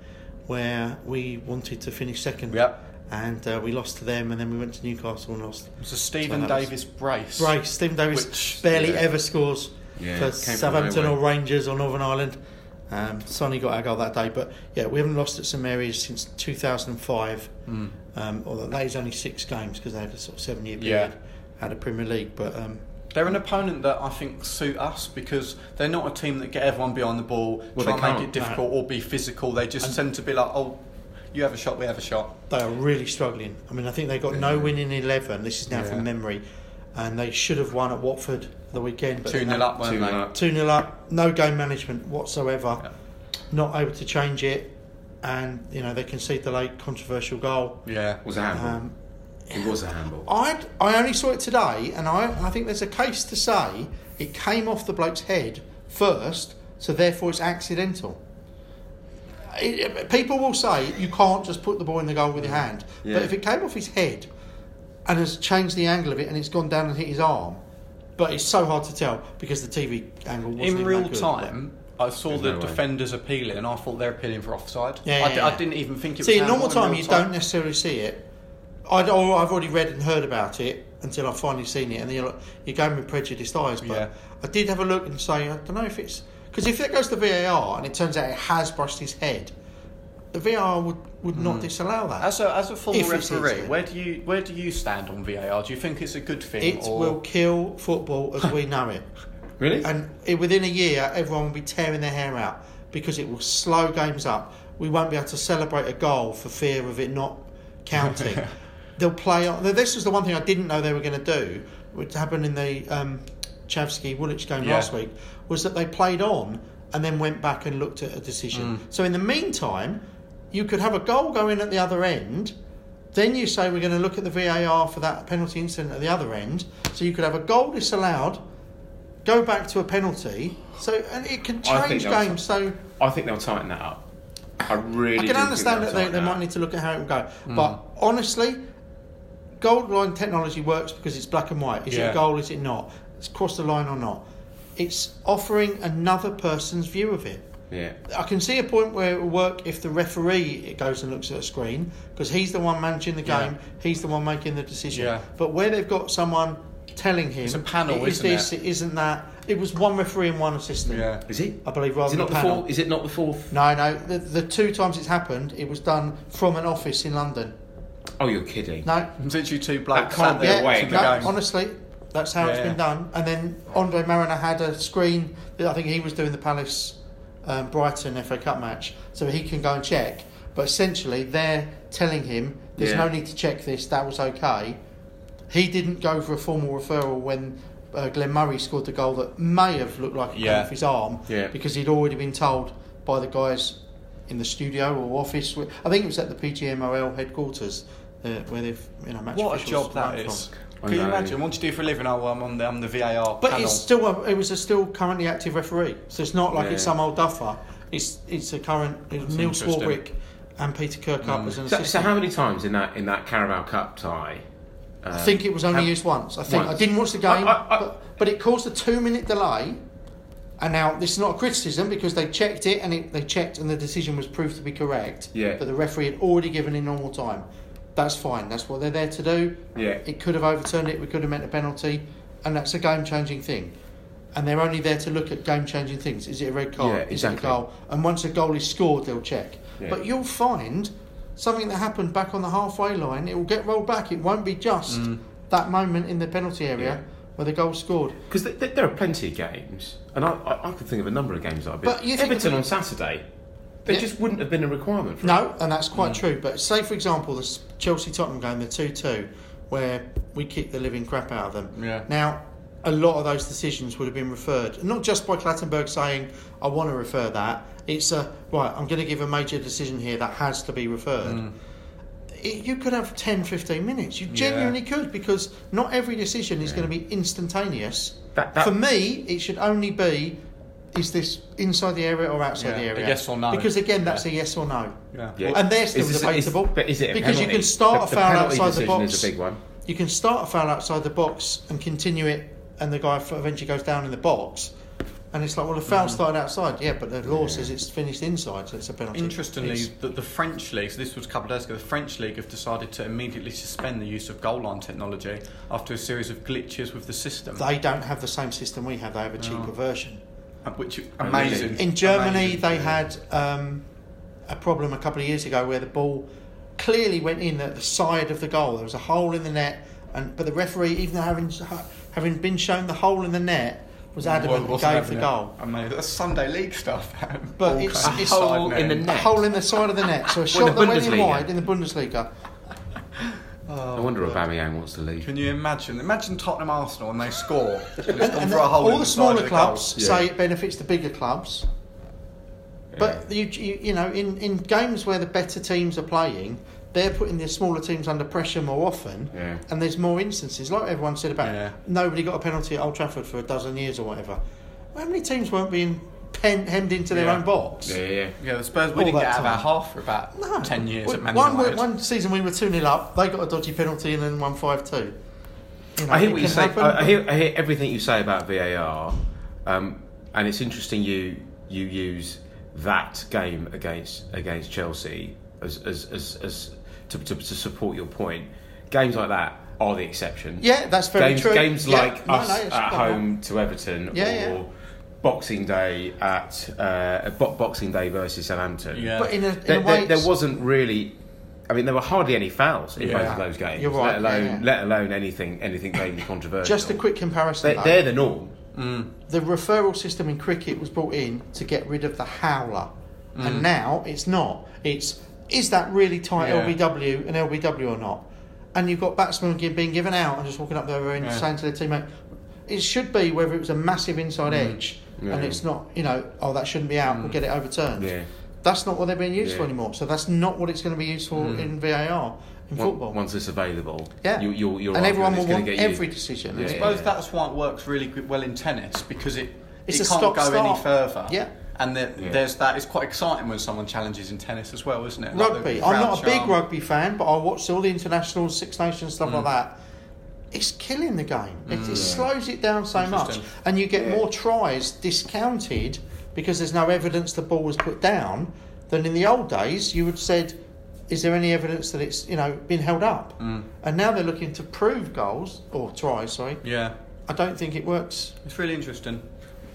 Speaker 3: where we wanted to finish second.
Speaker 2: Yeah.
Speaker 3: And uh, we lost to them, and then we went to Newcastle and lost.
Speaker 2: It's a Stephen
Speaker 3: So that was-
Speaker 2: Davis brace.
Speaker 3: Right, Stephen Davis
Speaker 2: Which-
Speaker 3: barely
Speaker 4: yeah.
Speaker 3: ever scores
Speaker 4: Yeah,
Speaker 3: for
Speaker 4: came from
Speaker 3: Southampton or
Speaker 4: nowhere.
Speaker 3: Rangers or Northern Ireland. Um, Sonny got our goal that day, but yeah, we haven't lost at St Mary's since 2005.
Speaker 2: Hmm.
Speaker 3: Um, although that is only six games because they had a sort of seven-year
Speaker 2: Yeah.
Speaker 3: period out of Premier League. But um,
Speaker 2: They're an opponent that I think suit us because they're not a team that get everyone behind the ball, try
Speaker 4: Well, they
Speaker 2: and make
Speaker 4: can't,
Speaker 2: it difficult or be physical. They just tend to be like, oh, you have a shot, we have a shot.
Speaker 3: they are really struggling. I mean, I think they got no win in 11. This is now
Speaker 2: Yeah.
Speaker 3: from memory, and they should have won at Watford the weekend. but
Speaker 2: Two
Speaker 3: then
Speaker 2: nil
Speaker 3: that-
Speaker 2: up, weren't
Speaker 4: Two
Speaker 2: they?
Speaker 4: nil up.
Speaker 3: Two 0 up, no game management whatsoever.
Speaker 2: Yeah.
Speaker 3: Not able to change it, and you know they concede the late controversial goal.
Speaker 2: Yeah.
Speaker 4: It was a handball.
Speaker 3: Um,
Speaker 4: it was a handball.
Speaker 3: I I only saw it today, and I I think there's a case to say it came off the bloke's head first, so therefore it's accidental. It- it- people will say you can't just put the ball in the goal with your hand,
Speaker 4: Yeah.
Speaker 3: but if it came off his head and has changed the angle of it and it's gone down and hit his arm, but it's so hard to tell because the TV angle wasn't
Speaker 2: In
Speaker 3: even
Speaker 2: real
Speaker 3: that good.
Speaker 2: time, I saw
Speaker 4: There's
Speaker 2: the
Speaker 4: no way.
Speaker 2: defenders appealing, and I thought they're appealing for offside. I,
Speaker 3: Yeah, yeah,
Speaker 2: di-
Speaker 3: yeah.
Speaker 2: I didn't even think it
Speaker 3: See,
Speaker 2: was
Speaker 3: in normal
Speaker 2: handball
Speaker 3: time,
Speaker 2: real
Speaker 3: you don't necessarily see it. I'd, or I've already read and heard about it until I've finally seen it, and then you're, like- you're going with prejudiced eyes. But
Speaker 2: Yeah.
Speaker 3: I did have a look and say, I don't know if it's. Because if that goes to VAR and it turns out it has brushed his head, the VAR would, would not disallow that.
Speaker 2: As Mm. a as a former
Speaker 3: If it's
Speaker 2: referee,
Speaker 3: easy.
Speaker 2: where do you where do you stand on VAR? Do you think it's a good thing?
Speaker 3: it
Speaker 2: or
Speaker 3: will kill football as we know it.
Speaker 4: Really?
Speaker 3: And it, within a year, everyone will be tearing their hair out because it will slow games up. We won't be able to celebrate a goal for fear of it not counting. They'll play on. This was the one thing I didn't know they were going to do, which happened in the um, Chavsky Woolwich game
Speaker 2: Yeah.
Speaker 3: last week, was that they played on and then went back and looked at a decision. So in the meantime, you could have a goal going at the other end. Then you say we're going to look at the VAR for that penalty incident at the other end. So you could have a goal disallowed, go back to a penalty. So and it can
Speaker 4: I think
Speaker 3: change
Speaker 4: that was-
Speaker 3: games. So
Speaker 4: I think they'll tighten that up. I really.
Speaker 3: I
Speaker 4: do
Speaker 3: can
Speaker 4: think
Speaker 3: understand
Speaker 4: they'll
Speaker 3: that they,
Speaker 4: tighten
Speaker 3: they
Speaker 4: that
Speaker 3: might
Speaker 4: up.
Speaker 3: need to look at how it would go.
Speaker 2: Hmm.
Speaker 3: But honestly, gold line technology works because it's black and white. Is it
Speaker 2: Yeah.
Speaker 3: a goal? Is it not? It's crossed the line or not. It's offering another person's view of it.
Speaker 4: Yeah.
Speaker 3: I can see a point where it will work if the referee goes and looks at a screen because he's the one managing the
Speaker 2: Yeah.
Speaker 3: game, he's the one making the decision.
Speaker 2: Yeah.
Speaker 3: But where they've got someone telling him,
Speaker 2: It's a panel,
Speaker 3: it is
Speaker 2: isn't
Speaker 3: this,
Speaker 2: it?
Speaker 3: it isn't that. It was one referee and one assistant,
Speaker 2: yeah.
Speaker 4: Is it?
Speaker 3: I believe, rather
Speaker 4: Is it
Speaker 3: than
Speaker 4: not
Speaker 3: a
Speaker 4: the
Speaker 3: panel.
Speaker 4: fourth? Is it not the fourth?
Speaker 3: No, no. The, the two times it's happened, it was done from an office in London.
Speaker 4: Oh, you're kidding.
Speaker 3: No,
Speaker 2: Since you two blokes
Speaker 4: can't
Speaker 2: sat
Speaker 4: be
Speaker 2: there
Speaker 4: a way.
Speaker 2: to the
Speaker 4: No,
Speaker 2: game.
Speaker 3: honestly, that's how it's
Speaker 2: Yeah.
Speaker 3: been done. And then Andre Mariner had a screen that I think he was doing the Palace um, Brighton FA Cup match, so he can go and check. But essentially, they're telling him there's
Speaker 4: Yeah.
Speaker 3: no need to check this. That was okay. He didn't go for a formal referral when uh, Glenn Murray scored the goal that may have looked like it
Speaker 2: Yeah.
Speaker 3: came off his arm
Speaker 4: Yeah.
Speaker 3: because he'd already been told by the guys in the studio or office. I think it was at the PGMOL headquarters uh, where they've you know match
Speaker 2: What a
Speaker 3: officials
Speaker 2: job that
Speaker 3: come
Speaker 2: is.
Speaker 3: from.
Speaker 4: I
Speaker 2: Can you
Speaker 4: know.
Speaker 2: imagine? What do you do for a living? Oh, I'm on the, I'm the VAR
Speaker 3: But
Speaker 2: panel.
Speaker 3: it's still a, it was a still currently active referee, so it's not like it's
Speaker 4: Yeah.
Speaker 3: some old duffer. It's it's a current it's Neil
Speaker 2: interesting.
Speaker 3: Swarbrick and Peter Kirkup as an
Speaker 4: So,
Speaker 3: assistant.
Speaker 4: so how many times in that in that Carabao Cup tie? um,
Speaker 3: I think it was only
Speaker 4: how-
Speaker 3: used once. I think
Speaker 4: once.
Speaker 3: I didn't watch the game,
Speaker 4: I- I- I-
Speaker 3: but, but it caused a two minute delay. And now this is not a criticism because they checked it and it, they checked and the decision was proved to be correct.
Speaker 4: Yeah.
Speaker 3: But the referee had already given in normal time. That's fine. That's what they're there to do.
Speaker 4: Yeah.
Speaker 3: It could have overturned it. We could have meant a penalty, and that's a game changing thing. And they're only there to look at game changing things. Is it a red card?
Speaker 4: Yeah,
Speaker 3: Is it a
Speaker 4: exactly.
Speaker 3: goal? And once a goal is scored, they'll check.
Speaker 4: Yeah.
Speaker 3: But you'll find something that happened back on the halfway line. It will get rolled back. It won't be just that moment in the penalty area
Speaker 4: Mm. Yeah.
Speaker 3: where the goal scored.
Speaker 4: Because th- th- there are plenty of games, and I, I, I could think of a number of games that I've been.
Speaker 3: But you think
Speaker 4: Everton
Speaker 3: of-
Speaker 4: on Saturday, there
Speaker 3: Yeah.
Speaker 4: just wouldn't have been a requirement for
Speaker 3: No, and that's quite true. But say, for example, the Chelsea Tottenham game, the 2 2, where we kicked the living crap out of them.
Speaker 2: Yeah.
Speaker 3: Now, a lot of those decisions would have been referred, not just by Clattenburg saying, I want to refer that. It's a, right, I'm going to give a major decision here that has to be referred.
Speaker 2: Mm.
Speaker 3: It, you could have 10, 15 minutes. You genuinely could because not every decision is going to be instantaneous.
Speaker 4: That- that-
Speaker 3: For me, it should only be is this inside the area or outside
Speaker 2: Yeah,
Speaker 3: the
Speaker 2: a
Speaker 3: area?
Speaker 2: yes or no.
Speaker 3: Because again, that's
Speaker 2: Yeah.
Speaker 3: a yes or no.
Speaker 2: Yeah.
Speaker 4: Yeah.
Speaker 3: And they're still
Speaker 4: Is this- is-
Speaker 3: debatable.
Speaker 4: but is it a
Speaker 3: because you
Speaker 4: penalty?
Speaker 3: can start
Speaker 4: The-
Speaker 3: a
Speaker 4: the
Speaker 3: foul
Speaker 4: penalty
Speaker 3: outside the
Speaker 4: decision
Speaker 3: box.
Speaker 4: is a big one.
Speaker 3: You can start a foul outside the box and continue it, and the guy eventually goes down in the box. And it's like, well, the
Speaker 2: Mm.
Speaker 3: foul started outside, yeah, but the law says it's finished inside, so it's a penalty.
Speaker 2: Interestingly,
Speaker 3: It's-
Speaker 2: the, the French league, so this was a couple of days ago, the French league have decided to immediately suspend the use of goal line technology after a series of glitches with the system.
Speaker 3: they don't have the same system we have. They have a cheaper version.
Speaker 2: Uh, Which amazing.
Speaker 3: In Germany,
Speaker 2: Amazing.
Speaker 3: they had um, a problem a couple of years ago where the ball clearly went in at the side of the goal. There was a hole in the net, and but the referee, even having having been shown the hole in the net, was adamant
Speaker 2: Well,
Speaker 3: and
Speaker 2: it wasn't
Speaker 3: gave the
Speaker 2: happening.
Speaker 3: goal.
Speaker 2: Amazing. That's Sunday league stuff.
Speaker 3: But
Speaker 2: All
Speaker 3: it's-
Speaker 2: kinds of
Speaker 3: it's-
Speaker 2: side
Speaker 4: Hole in the
Speaker 2: men.
Speaker 3: A
Speaker 4: Net.
Speaker 3: hole in the side of the net, so a shot
Speaker 4: the
Speaker 3: that went in
Speaker 4: Bundesliga.
Speaker 3: wide in the Bundesliga.
Speaker 4: No wonder Aubameyang wants to leave.
Speaker 2: Can you imagine? Imagine Tottenham Arsenal and they score. and it's gone
Speaker 3: And
Speaker 2: for a hole in
Speaker 3: all
Speaker 2: the
Speaker 3: the smaller
Speaker 2: side of the goal.
Speaker 3: clubs say it benefits the bigger clubs. But you, you you know in, in games where the better teams are playing, they're putting the smaller teams under pressure more often,
Speaker 4: Yeah.
Speaker 3: and there's more instances. Like everyone said about
Speaker 2: Yeah.
Speaker 3: nobody got a penalty at Old Trafford for a dozen years or whatever. How many teams weren't being pen, hemmed into their
Speaker 2: Yeah.
Speaker 3: own box?
Speaker 4: Yeah, yeah.
Speaker 2: Yeah, the Spurs, we
Speaker 3: All
Speaker 2: didn't
Speaker 3: that
Speaker 2: get out of our
Speaker 3: time.
Speaker 2: half for about 10 years
Speaker 3: We-
Speaker 2: at Man
Speaker 3: one,
Speaker 2: United.
Speaker 3: one season we were 2 0 up, they got a dodgy penalty and then won 5 2. You know,
Speaker 4: I hear
Speaker 3: it
Speaker 4: what you
Speaker 3: can
Speaker 4: say.
Speaker 3: happen.
Speaker 4: I, I, hear, I hear everything you say about VAR, um, and it's interesting you you use that game against against Chelsea as as, as, as to, to, to support your point. Games like that are the exception.
Speaker 3: Yeah, that's very
Speaker 4: games,
Speaker 3: true.
Speaker 4: Games
Speaker 3: Yeah,
Speaker 4: like
Speaker 3: no,
Speaker 4: us
Speaker 3: no, it's
Speaker 4: at
Speaker 3: quite
Speaker 4: home to Everton
Speaker 3: Yeah, yeah.
Speaker 4: or Boxing Day at uh, Bo- Boxing Day versus Southampton.
Speaker 2: Yeah.
Speaker 3: But in a, in
Speaker 4: There,
Speaker 3: a
Speaker 4: there-
Speaker 3: way,
Speaker 4: there
Speaker 3: it's-
Speaker 4: wasn't really. I mean, there were hardly any fouls in
Speaker 2: Yeah.
Speaker 4: both of those games.
Speaker 3: You're right,
Speaker 4: Let alone,
Speaker 3: yeah, yeah.
Speaker 4: let alone anything, anything vaguely controversial.
Speaker 3: just a quick comparison.
Speaker 4: They,
Speaker 3: though.
Speaker 4: they're the norm.
Speaker 3: the referral system in cricket was brought in to get rid of the howler,
Speaker 4: Mm.
Speaker 3: and now it's not. It's is that really tight
Speaker 2: Yeah.
Speaker 3: LBW and LBW or not? And you've got batsmen gi- being given out and just walking up there and
Speaker 2: Yeah.
Speaker 3: saying to their teammate, "It should be whether it was a massive inside edge,
Speaker 4: Mm. Yeah. Mm.
Speaker 3: and it's not. You know, oh that shouldn't be out. We'll get it overturned.
Speaker 4: Yeah.
Speaker 3: That's not what they're being used for
Speaker 4: Yeah. Mm.
Speaker 3: anymore. So that's not what it's going to be used for in VAR in
Speaker 4: Once-
Speaker 3: football.
Speaker 4: Once it's available,
Speaker 3: yeah,
Speaker 4: you, you're, you're
Speaker 3: and everyone will
Speaker 4: it's going
Speaker 3: want
Speaker 4: to get
Speaker 3: every
Speaker 4: you.
Speaker 3: decision.
Speaker 4: Yeah.
Speaker 2: I suppose that's why it works really good, well in tennis because it
Speaker 3: It's
Speaker 2: it
Speaker 3: a
Speaker 2: can't go any
Speaker 3: stop-start.
Speaker 2: further.
Speaker 3: Yeah.
Speaker 2: And there,
Speaker 4: Yeah.
Speaker 2: there's that. It's quite exciting when someone challenges in tennis as well, isn't it? Like the
Speaker 3: Rugby. I'm
Speaker 2: crowd
Speaker 3: not a big
Speaker 2: charm.
Speaker 3: rugby fan, but I watch all the internationals, Six Nations, stuff
Speaker 4: Mm.
Speaker 3: like that. It's killing the game. It, it slows it down so much,
Speaker 2: Interesting.
Speaker 3: and you get
Speaker 4: Yeah.
Speaker 3: more tries discounted because there's no evidence the ball was put down than in the old days. You would have said, "Is there any evidence that it's you know been held up?"
Speaker 4: Mm.
Speaker 3: And now they're looking to prove goals or tries. Sorry,
Speaker 2: Yeah.
Speaker 3: I don't think it works.
Speaker 2: It's really interesting.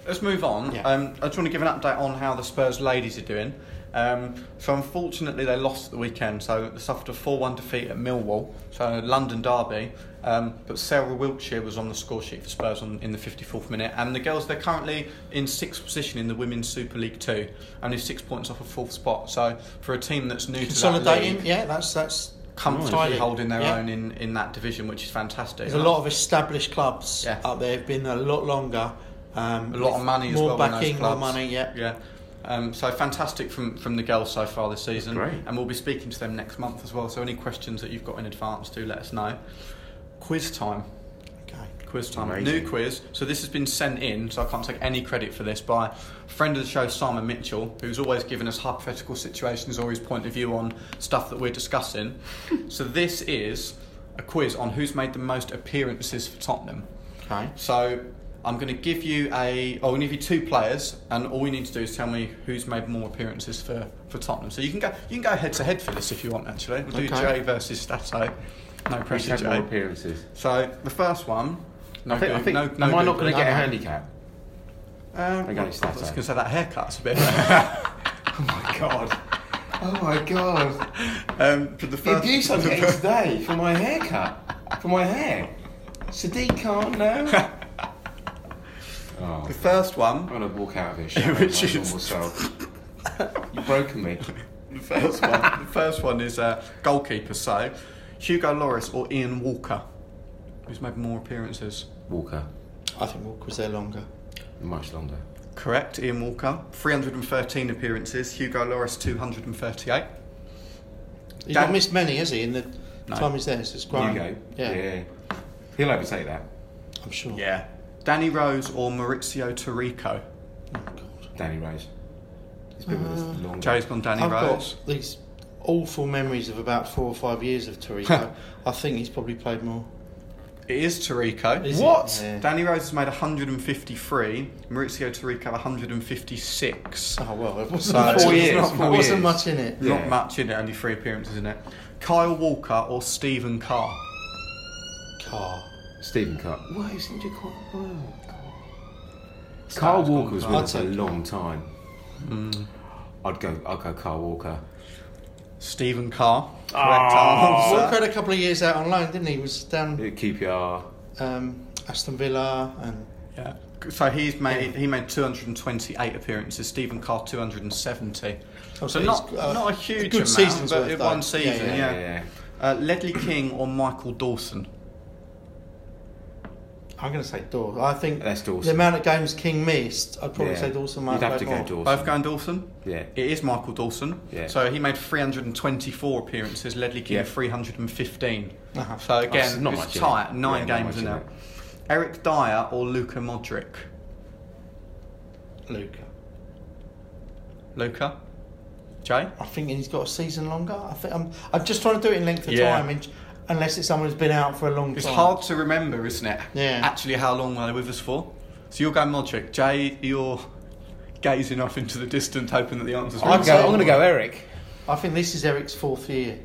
Speaker 2: Let's move on.
Speaker 3: Yeah.
Speaker 2: Um, I just want to give an update on how the Spurs ladies are doing. Um, so unfortunately, they lost at the weekend, so they suffered a four-one defeat at Millwall, so a London derby. Um, but Sarah Wiltshire was on the score sheet for Spurs on, in the 54th minute, and the girls they're currently in sixth position in the Women's Super League Two, only six points off a fourth spot. So for a team that's new to that
Speaker 3: Consolidating,
Speaker 2: league,
Speaker 3: yeah, that's that's
Speaker 2: comfortably
Speaker 3: tidy.
Speaker 2: holding their
Speaker 3: Yeah.
Speaker 2: own in, in that division, which is fantastic.
Speaker 3: There's a lot of established clubs
Speaker 2: Yeah.
Speaker 3: up there. Have been there a lot longer. Um,
Speaker 2: a lot of money as
Speaker 3: more
Speaker 2: well. in those
Speaker 3: backing, more
Speaker 2: clubs.
Speaker 3: money. Yeah.
Speaker 2: yeah. Um, so fantastic from, from the girls so far this season,
Speaker 4: Great.
Speaker 2: and we'll be speaking to them next month as well. So any questions that you've got in advance, do let us know. Quiz time.
Speaker 3: Okay.
Speaker 2: Quiz time.
Speaker 4: Amazing.
Speaker 2: New quiz. So this has been sent in, so I can't take any credit for this, by friend of the show Simon Mitchell, who's always given us hypothetical situations or his point of view on stuff that we're discussing. so this is a quiz on who's made the most appearances for Tottenham.
Speaker 3: Okay.
Speaker 2: So I'm going to give you a. oh, I'm going to give you two players, and all you need to do is tell me who's made more appearances for, for Tottenham. So you can go you can go head to head for this if you want. Actually, we'll do
Speaker 3: Okay.
Speaker 2: Jay versus Stato. No
Speaker 4: Who's
Speaker 2: pressure,
Speaker 4: had more
Speaker 2: Jay.
Speaker 4: appearances?
Speaker 2: So the first one. No,
Speaker 4: I think, I
Speaker 2: Goog-
Speaker 4: think,
Speaker 2: no, no
Speaker 4: am I not going
Speaker 2: Googling.
Speaker 4: to get a handicap?
Speaker 2: Um,
Speaker 4: I
Speaker 2: I
Speaker 4: got
Speaker 2: was
Speaker 4: Stato.
Speaker 2: going to say that haircut's a bit.
Speaker 4: Oh my god. Oh my god.
Speaker 2: um, for the
Speaker 4: The
Speaker 2: first.
Speaker 4: abuse I'm getting today for my haircut, for my hair. Sadiq can't know. Oh,
Speaker 2: The first one.
Speaker 4: I'm gonna walk out of here. Shadow,
Speaker 2: Which
Speaker 4: my
Speaker 2: is-
Speaker 4: normal self. You've broken me.
Speaker 2: The first one. the first one is uh, goalkeeper. So Hugo Lloris or Ian Walker, who's made more appearances.
Speaker 4: Walker,
Speaker 3: I think Walk was there longer.
Speaker 4: much longer.
Speaker 2: Correct, Ian Walker. 313 appearances, Hugo Lloris 238. Dan-
Speaker 3: He's not missed many, has he? In the
Speaker 2: No.
Speaker 3: time he's there, so it's
Speaker 4: You
Speaker 3: growing.
Speaker 4: go.
Speaker 3: Yeah,
Speaker 4: He'll overtake that.
Speaker 3: I'm sure.
Speaker 2: Yeah. Danny Rose or Maurizio Tarico?
Speaker 3: Oh, God.
Speaker 4: Danny Rose. He's been with
Speaker 3: Uh,
Speaker 4: us longer.
Speaker 2: Joe's gone Danny
Speaker 3: I've
Speaker 2: Rose.
Speaker 3: got these awful memories of about four or five years of Torino. I think he's probably played more.
Speaker 2: It is Tarico.
Speaker 3: Is it?
Speaker 2: what?
Speaker 3: Yeah.
Speaker 2: Danny Rose has made 153, Maurizio Tarico 156.
Speaker 3: Oh well, it
Speaker 2: So-
Speaker 3: wasn't,
Speaker 2: Four
Speaker 3: much,
Speaker 2: years,
Speaker 3: It
Speaker 4: four
Speaker 3: wasn't
Speaker 4: years.
Speaker 3: much in it.
Speaker 4: Yeah.
Speaker 2: Not much in it, only three appearances in it. Kyle Walker or Stephen Carr?
Speaker 3: Car.
Speaker 4: Stephen Carr. Well, he's injured quite well. Oh, Carl
Speaker 2: Star's gone
Speaker 4: Walker was
Speaker 2: Carl.
Speaker 4: with us a
Speaker 3: I'd say-
Speaker 4: long time.
Speaker 2: Mm.
Speaker 4: I'd go. I'd go. Carl Walker.
Speaker 2: Stephen Carr. Correct
Speaker 4: Ah.
Speaker 2: answer.
Speaker 3: Walker had a couple of years out on loan, didn't he? He was down
Speaker 4: QPR.
Speaker 3: um, Aston Villa and
Speaker 2: Yeah. So he's made he made 228 appearances. Stephen Carr 270. so
Speaker 3: Oh, so
Speaker 2: not
Speaker 3: he's, uh,
Speaker 2: not a
Speaker 3: it's a
Speaker 2: huge
Speaker 3: good
Speaker 2: amount,
Speaker 3: season's
Speaker 2: but
Speaker 3: worth,
Speaker 2: in
Speaker 3: though.
Speaker 2: one
Speaker 3: Yeah,
Speaker 2: season. Yeah.
Speaker 3: yeah.
Speaker 2: Uh, Ledley King or Michael Dawson.
Speaker 3: I'm going to say Dawson. I think
Speaker 4: That's Dawson.
Speaker 3: the amount of games King missed, I'd probably
Speaker 4: Yeah.
Speaker 3: say Dawson might
Speaker 4: You'd have
Speaker 3: played
Speaker 4: to go
Speaker 3: more.
Speaker 4: Dawson.
Speaker 2: Both going Dawson.
Speaker 4: Yeah.
Speaker 2: It is Michael Dawson.
Speaker 4: Yeah.
Speaker 2: So he made 324 appearances. Ledley King
Speaker 4: Yeah.
Speaker 2: 315.
Speaker 3: Uh-huh.
Speaker 2: So
Speaker 4: That's
Speaker 2: again,
Speaker 4: not
Speaker 2: it's
Speaker 4: much in
Speaker 2: tight.
Speaker 4: it.
Speaker 2: Nine
Speaker 4: Yeah, not
Speaker 2: games
Speaker 4: much
Speaker 2: in
Speaker 4: in
Speaker 2: there.
Speaker 4: it.
Speaker 2: Eric Dyer or Luka Modric.
Speaker 3: Luca.
Speaker 2: Luka. Jay.
Speaker 3: I think he's got a season longer. I think I'm, I'm just trying to do it in length of
Speaker 2: Yeah.
Speaker 3: time, in- unless it's someone who's been out for a long
Speaker 2: It's
Speaker 3: time.
Speaker 2: hard to remember, isn't it?
Speaker 3: Yeah.
Speaker 2: Actually, how long were they with us for? So you're going Modric. Jay, you're gazing off into the distance, hoping that the answer's
Speaker 4: I'm,
Speaker 2: right.
Speaker 3: say-
Speaker 4: go, I'm going to go Eric.
Speaker 3: I think this is Eric's fourth year.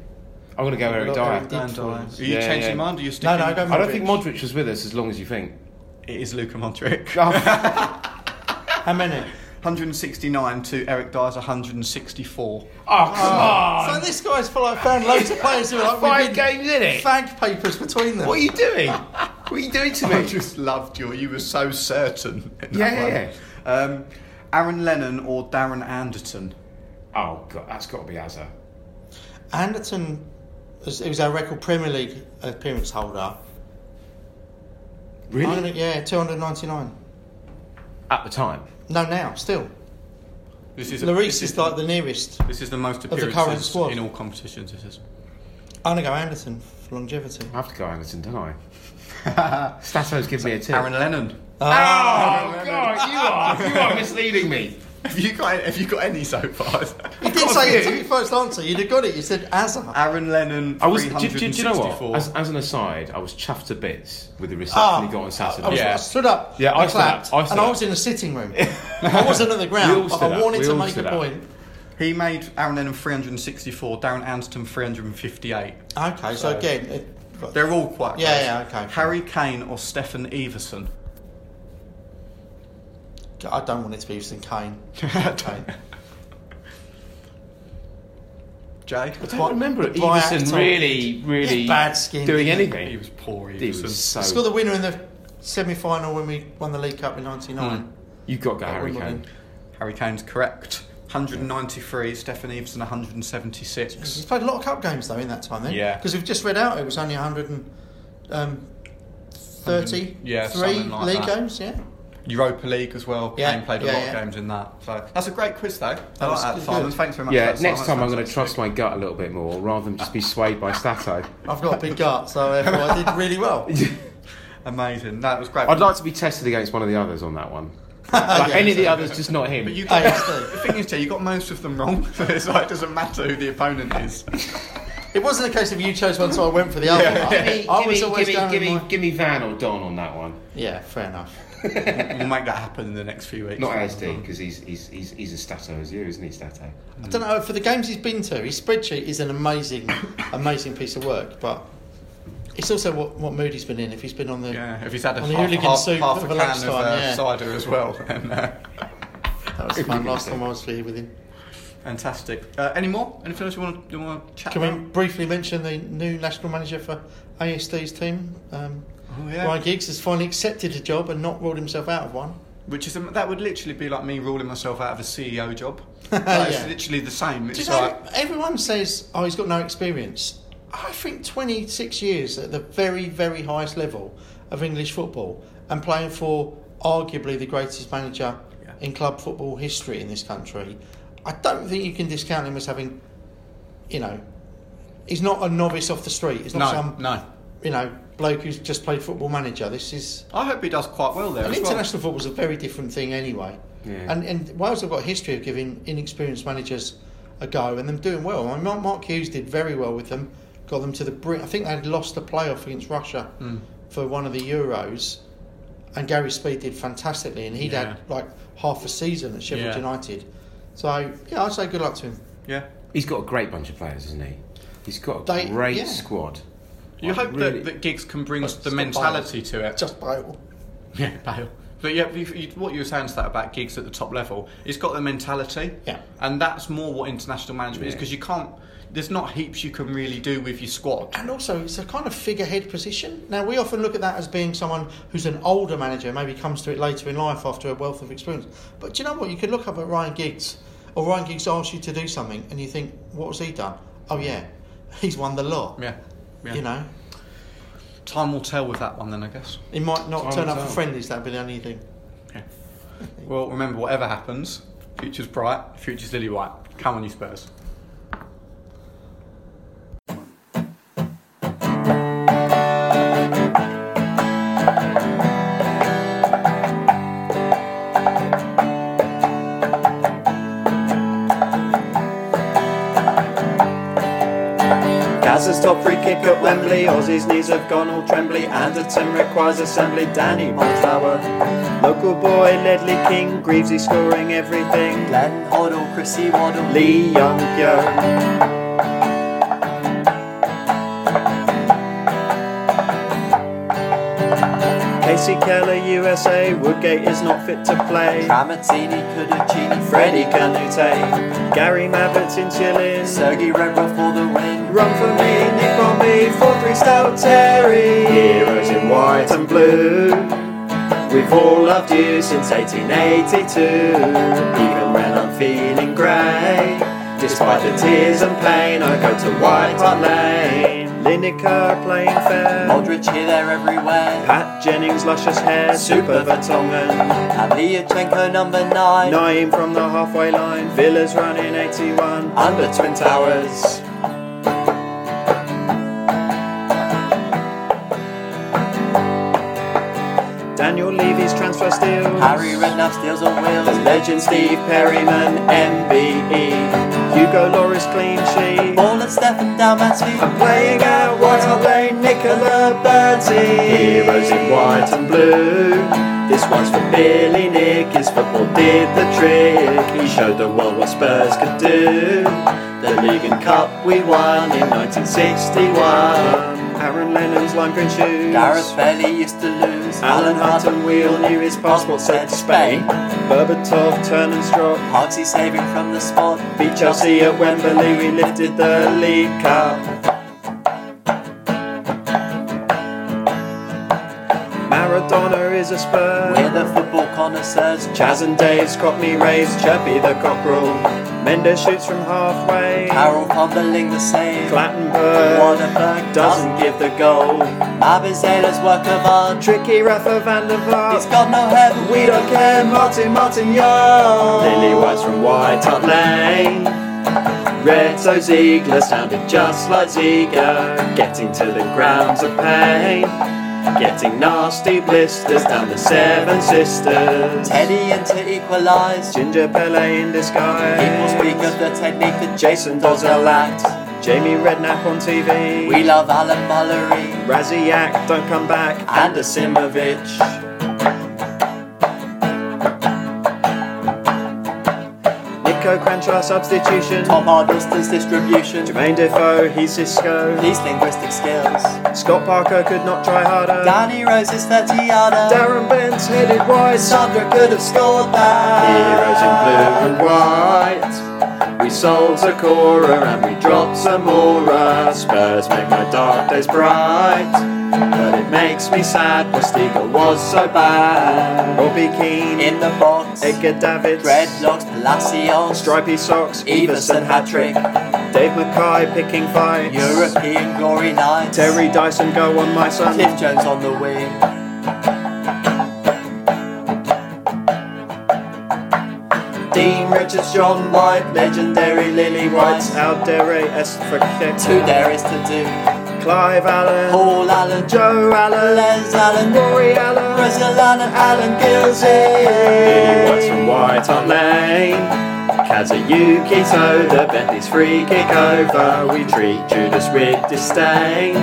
Speaker 4: I'm going to go Eric
Speaker 3: Look,
Speaker 4: Dyer.
Speaker 3: Eric Dyer.
Speaker 2: Dan Dyer. Are you
Speaker 4: Yeah,
Speaker 2: changing
Speaker 4: yeah.
Speaker 2: your mind? Or are you sticking?
Speaker 3: No, no, I don't.
Speaker 4: I don't think Modric was with us as long as you think.
Speaker 2: It is Luka Modric.
Speaker 4: Oh.
Speaker 3: How many?
Speaker 2: 169 to Eric Dyer's 164.
Speaker 4: Oh, come on.
Speaker 3: so this guy's for like found loads of players who are like
Speaker 4: Five
Speaker 3: within
Speaker 4: games in it.
Speaker 3: fag papers between them.
Speaker 4: What are you doing? What are you doing to
Speaker 2: I
Speaker 4: me?
Speaker 2: just loved you. You were so certain. in that
Speaker 4: Yeah,
Speaker 2: one.
Speaker 4: yeah,
Speaker 2: Um, Aaron Lennon or Darren Anderton?
Speaker 4: Oh, God, that's got to be Azza.
Speaker 3: Anderton, was, he was our record Premier League appearance holder. I'm gonna- yeah, 299.
Speaker 4: At the time.
Speaker 3: No, now, still.
Speaker 2: This is
Speaker 3: Lloris
Speaker 2: this
Speaker 3: is like the nearest.
Speaker 2: This is the most
Speaker 3: the current
Speaker 2: appearances
Speaker 3: squad.
Speaker 2: in all competitions. This is.
Speaker 3: I'm going to go Anderton for longevity.
Speaker 4: I have to go Anderson, don't I? Stato's given me a tip.
Speaker 2: Aaron Lennon.
Speaker 4: Oh, God, you are, you are misleading me.
Speaker 2: Have you got? Have you got any so far?
Speaker 3: You did say it took your first answer. You'd have got it. You said Azar.
Speaker 2: Aaron Lennon.
Speaker 4: I was, do, do- do you know
Speaker 2: 364.
Speaker 4: what? As, as an aside, I was chuffed to bits with the reception
Speaker 3: Ah,
Speaker 4: he got on
Speaker 3: I,
Speaker 4: Saturday.
Speaker 3: was,
Speaker 2: Yeah.
Speaker 3: I stood up.
Speaker 4: Yeah, I
Speaker 3: and
Speaker 4: stood up,
Speaker 3: clapped,
Speaker 4: I stood
Speaker 3: and I
Speaker 4: up.
Speaker 3: was in the sitting room. I wasn't at the
Speaker 4: We all
Speaker 3: ground, but
Speaker 4: stood
Speaker 3: I
Speaker 4: up,
Speaker 3: wanted
Speaker 4: we
Speaker 3: to
Speaker 4: all
Speaker 3: make
Speaker 4: stood
Speaker 3: a
Speaker 4: up.
Speaker 3: point.
Speaker 2: He made Aaron Lennon 364, Darren Anderton 358.
Speaker 3: Okay, so, again, it,
Speaker 2: They're all quite
Speaker 3: Yeah,
Speaker 2: close.
Speaker 3: yeah, okay.
Speaker 2: Harry Kane or Stefan Everson?
Speaker 3: I don't want it to be used in Kane. Kane.
Speaker 2: Jay?
Speaker 5: I don't remember it.
Speaker 3: Dwyer
Speaker 5: Everson
Speaker 3: Axel.
Speaker 5: really, really
Speaker 3: He's bad skin,
Speaker 5: doing
Speaker 3: isn't he?
Speaker 5: anything.
Speaker 2: He was poor,
Speaker 5: He was
Speaker 2: Everson.
Speaker 5: so.
Speaker 3: He scored the winner in the semi final when we won the League Cup in
Speaker 4: Hmm.
Speaker 3: 99.
Speaker 5: You've got to go Harry Kane.
Speaker 3: Wimbledon.
Speaker 2: Harry Kane's correct. 193, Stefan Everson 176.
Speaker 3: He's played a lot of cup games though in that time then.
Speaker 2: Yeah.
Speaker 3: Because we've just read out it was only 130 um, 30
Speaker 2: Yeah,
Speaker 3: three
Speaker 2: something like
Speaker 3: league
Speaker 2: that.
Speaker 3: games, yeah.
Speaker 2: Europa League as well.
Speaker 3: Yeah,
Speaker 2: Kane played a
Speaker 3: yeah,
Speaker 2: lot of
Speaker 3: yeah.
Speaker 2: games in that. So that's a great quiz, though. I like
Speaker 3: was
Speaker 2: that,
Speaker 3: good.
Speaker 2: Simon. Thanks very much.
Speaker 5: Yeah,
Speaker 2: for that,
Speaker 5: next
Speaker 2: Simon.
Speaker 5: time I'm going to
Speaker 2: Fantastic.
Speaker 5: trust my gut a little bit more rather than just be swayed by Stato.
Speaker 3: I've got a big gut, so therefore I did really well.
Speaker 2: Amazing. That was great.
Speaker 5: I'd like to be tested against one of the others on that one. Like
Speaker 3: Yeah.
Speaker 5: any of the others, just not him.
Speaker 2: But you got, the
Speaker 3: ASD.
Speaker 2: thing is, Jay, you got most of them wrong. So it's like, it doesn't matter who the opponent is.
Speaker 3: It wasn't a case of you chose one, so I went for the other. one.
Speaker 5: Give me,
Speaker 3: I
Speaker 5: give,
Speaker 3: was
Speaker 5: me, give,
Speaker 3: always
Speaker 5: me,
Speaker 3: going
Speaker 5: give, me,
Speaker 3: with my-
Speaker 5: give me Van or Don on that one.
Speaker 3: Yeah, fair enough.
Speaker 2: we'll make that happen in the next few weeks.
Speaker 5: Not ASD, because he's, he's, he's, he's as Stato as you, isn't he, Stato?
Speaker 2: Hmm.
Speaker 3: I don't know for the games he's been to. His spreadsheet is an amazing, amazing piece of work, but it's also what, what mood he's been in. If he's been on the
Speaker 2: Yeah, if he's had a
Speaker 3: On the
Speaker 2: half,
Speaker 3: hooligan
Speaker 2: half,
Speaker 3: soup
Speaker 2: half a
Speaker 3: for
Speaker 2: can
Speaker 3: the
Speaker 2: of
Speaker 3: lunchtime,
Speaker 2: uh,
Speaker 3: yeah.
Speaker 2: cider as well. And, uh,
Speaker 3: that was fun. Last time I was here with him.
Speaker 2: fantastic. Uh, any more? Anything else you want to, you want to chat
Speaker 3: Can
Speaker 2: about?
Speaker 3: we briefly mention the new national manager for ASD's team? Um,
Speaker 2: Oh, yeah.
Speaker 3: Ryan Giggs has finally accepted a job and not ruled himself out of one.
Speaker 2: Which is um, that would literally be like me ruling myself out of a CEO job. It's
Speaker 3: Yeah.
Speaker 2: literally the same.
Speaker 3: Do you
Speaker 2: It's
Speaker 3: know,
Speaker 2: like
Speaker 3: everyone says, oh, he's got no experience. I think 26 years at the very, very highest level of English football and playing for arguably the greatest manager
Speaker 2: Yeah.
Speaker 3: in club football history in this country, I don't think you can discount him as having, you know, he's not a novice off the street. He's
Speaker 2: no,
Speaker 3: not some,
Speaker 2: no.
Speaker 3: you know, bloke who's just played football manager. This is.
Speaker 2: I hope he does quite well there.
Speaker 3: And
Speaker 2: as well.
Speaker 3: international football's a very different thing anyway.
Speaker 5: Yeah.
Speaker 3: And, and Wales have got a history of giving inexperienced managers a go and them doing well. I mean, Mark, Mark Hughes did very well with them, got them to the brink. I think they had lost a playoff against Russia
Speaker 2: Hmm.
Speaker 3: for one of the Euros. And Gary Speed did fantastically, and he'd
Speaker 2: Yeah.
Speaker 3: had like half a season at Sheffield
Speaker 2: Yeah.
Speaker 3: United. So, yeah, I'd say good luck to him.
Speaker 2: Yeah.
Speaker 3: Oh,
Speaker 5: He's got a great bunch of players, isn't he? He's got a
Speaker 3: They-
Speaker 5: great
Speaker 3: yeah.
Speaker 5: squad.
Speaker 2: You
Speaker 5: Like,
Speaker 2: hope
Speaker 5: really-
Speaker 2: that, that gigs can bring
Speaker 3: Just
Speaker 2: the
Speaker 3: stop
Speaker 2: mentality to it.
Speaker 3: Just Bale.
Speaker 2: Yeah, Bale. But yeah, you, you, what you were saying to that about gigs at the top level, it's got the mentality.
Speaker 3: Yeah.
Speaker 2: And that's more what international management is
Speaker 5: Yeah.
Speaker 2: because you can't. There's not heaps you can really do with your squad.
Speaker 3: And also, it's a kind of figurehead position. Now, we often look at that as being someone who's an older manager, maybe comes to it later in life after a wealth of experience. But do you know what? You could look up at Ryan Giggs, or Ryan Giggs asks you to do something, and you think, what has he done? Oh, yeah, he's won the lot.
Speaker 2: Yeah. yeah.
Speaker 3: You know,
Speaker 2: Time will tell with that one then, I guess.
Speaker 3: he might not
Speaker 5: Time
Speaker 3: turn
Speaker 5: will
Speaker 3: up
Speaker 5: tell.
Speaker 3: for friendlies, that'd be the only thing.
Speaker 2: Well, remember, whatever happens, future's bright, future's lily white. Come on, you Spurs.
Speaker 1: Gazza's top free kick at Wembley, Aussie's knees have gone all trembly, Anderton requires assembly, Danny Montower. Local boy Ledley King, Greavesy scoring everything, Glenn Hoddle, Chrissy Waddle, Lee Young Pyo. Casey Keller, USA, Woodgate is not fit to play.
Speaker 6: Tramatini, Cudicini,
Speaker 1: Freddie
Speaker 6: Freddy
Speaker 1: Canute, Gary Mabbott's in Chillin,
Speaker 6: Sergey Rembrandt for the win.
Speaker 1: Run for me, Nick Bromby, 4-3 Stout Terry. Heroes in white and blue. We've all loved you since 1882. Even when I'm feeling grey. Despite the tears and pain, I go to White Hart Lane. Lineker playing fair.
Speaker 6: Aldrich here, there, everywhere.
Speaker 1: Pat Jennings, luscious hair. Super Vertonghen.
Speaker 6: And Liyachenko, number nine.
Speaker 1: Nine from the halfway line. Villa's running 81. Under Twin Towers. Daniel Levy's transfer steals.
Speaker 6: Harry Redknapp steals on
Speaker 1: The
Speaker 6: wheels.
Speaker 1: legend Steve Perryman, E. MBE. Hugo Loris clean sheet.
Speaker 6: Ball and Stefan Dalmatsky.
Speaker 1: I'm playing out White Hart Lane, Nicola Bertie. Heroes in white and blue. This one's for Billy Nick, his football did the trick. He showed the world what Spurs could do. The League and Cup we won in 1961. Aaron Lennon's lime green shoes.
Speaker 6: Gareth Bailey used to lose.
Speaker 1: Alan Hutton Wheel knew his passport said Spain. Berbatov, turn and stroke.
Speaker 6: Hartsey saving from the spot.
Speaker 1: Beat Chelsea at Wembley, we lifted the League Cup. Maradona is a
Speaker 6: We're
Speaker 1: Spur.
Speaker 6: the football connoisseurs.
Speaker 1: Chaz and Dave's Cockney raised Chirpy the Cockerel. Mendes shoots from halfway.
Speaker 6: Carroll fumbling the save.
Speaker 1: Clattenburg doesn't
Speaker 6: Waterberg doesn't.
Speaker 1: give the goal.
Speaker 6: Abizela's work of art.
Speaker 1: Tricky Rafa van der
Speaker 6: It's
Speaker 1: Vaart.
Speaker 6: got no heaven.
Speaker 1: We don't care, Martin, Martin, yo! Lily White's from White Hart Lane. Reto Ziegler sounded just like Ziegler. Getting to the grounds of pain. Getting nasty blisters down the Seven Sisters.
Speaker 6: Teddy in to equalise.
Speaker 1: Ginger Pele in
Speaker 6: People speak
Speaker 1: disguise.
Speaker 6: of the technique that
Speaker 1: Jason
Speaker 6: Jason
Speaker 1: does
Speaker 6: does
Speaker 1: a
Speaker 6: lacked.
Speaker 1: Jamie Redknapp on TV.
Speaker 6: We love Alan Mullery.
Speaker 1: Raziak, don't come back. And Asimovic. Nico Cranshaw substitution.
Speaker 6: Tom Hardiston's distribution.
Speaker 1: Jermaine Defoe, he's Cisco.
Speaker 6: These linguistic skills.
Speaker 1: Scott Parker could not try harder.
Speaker 6: Danny Rose is 30 yarder.
Speaker 1: Darren Bent's headed wide.
Speaker 6: Sandra could have scored
Speaker 1: Heroes in
Speaker 6: that.
Speaker 1: blue and white. We sold Sakura and we dropped Samora. Spurs make my dark days bright. But it makes me sad, Postiga was so bad. Robbie Keane,
Speaker 6: In the box.
Speaker 1: Edgar Davids,
Speaker 6: Dreadlocks, Palacios.
Speaker 1: Stripey Socks,
Speaker 6: Everson
Speaker 1: Everson
Speaker 6: hat trick.
Speaker 1: Dave Mackay picking fights.
Speaker 6: European glory nights.
Speaker 1: Terry Dyson, go on my son.
Speaker 6: Cliff Jones on the wing. Dean Richards, John White, legendary Lily White.
Speaker 1: White's out there, S for
Speaker 6: Two there is to do.
Speaker 1: Clive Allen,
Speaker 6: Paul Allen, Joe
Speaker 1: Joe Allen,
Speaker 6: Les Allen,
Speaker 1: Rory Allen,
Speaker 6: Brazil Allen, Alan
Speaker 1: Lily White's
Speaker 6: Gilsey.
Speaker 1: from White Hart Lane. Kazuyuki Soda, Bentley's free kick over. We treat Judas with disdain.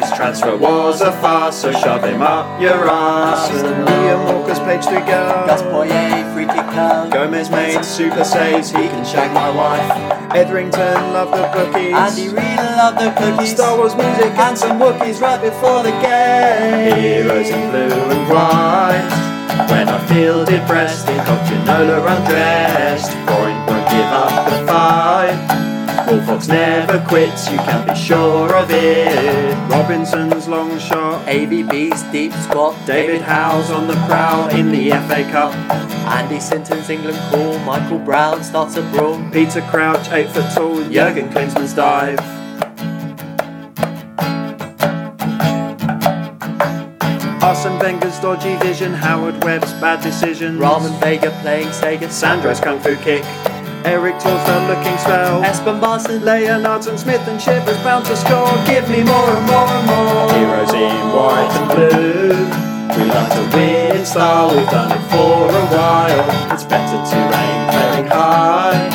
Speaker 1: His transfer was a farce, so shove him up your ass. And Liam Walker's page to go.
Speaker 6: Gus Poyet, free kick out.
Speaker 1: Gomez made super saves, he can shag my wife. Edrington loved the bookies.
Speaker 6: Andy Reid loved the cookies.
Speaker 1: Star Wars music and some Wookiees right before the game. Heroes in blue and white. When I feel depressed, think of Ginola undressed. Boring won't give up the fight. Bullfox never quits, you can be sure of it. Robinson's long shot.
Speaker 6: AVB's deep squat.
Speaker 1: David Howe's on the prowl in the FA Cup.
Speaker 6: Andy Sinton's England call. Michael Brown starts a brawl.
Speaker 1: Peter Crouch, 8 foot tall. Jurgen Klinsmann's dive. Arsene Wenger's dodgy vision, Howard Webb's bad decisions,
Speaker 6: Ramen Vega playing Sega.
Speaker 1: Sandro's kung fu kick, Eric Torsfeld looking swell,
Speaker 6: Espen Barson.
Speaker 1: Leonards and Smith and Shivers bound to score. Give me more and more and more. Heroes in white and blue. We love to win in style. We've done it for a while. It's better to aim very high.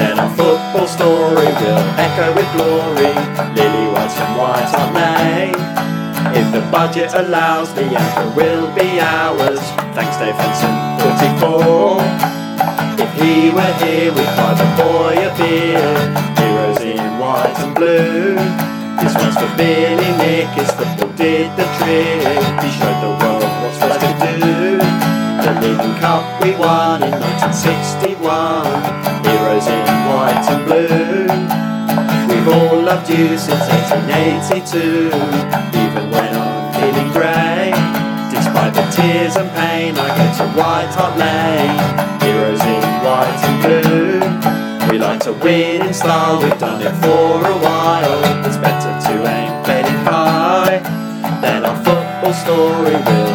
Speaker 1: Then our football story will echo with glory. Lily White's from White Hart Lane. If the budget allows, the anchor will be ours. Thanks, Dave Henson, 44. If he were here, we'd buy the boy a beer. Heroes in white and blue. This one's for Billy Nick, his football did the trick. He showed the world what's supposed to do. The leading cup we won in 1961. Heroes in white and blue. We've all loved you since 1882. Even when I'm feeling grey, despite the tears and pain, I go to White Hart Lane. Heroes in white and blue. We like to win in style, we've done it for a while. It's better to aim fading high. Then our football story will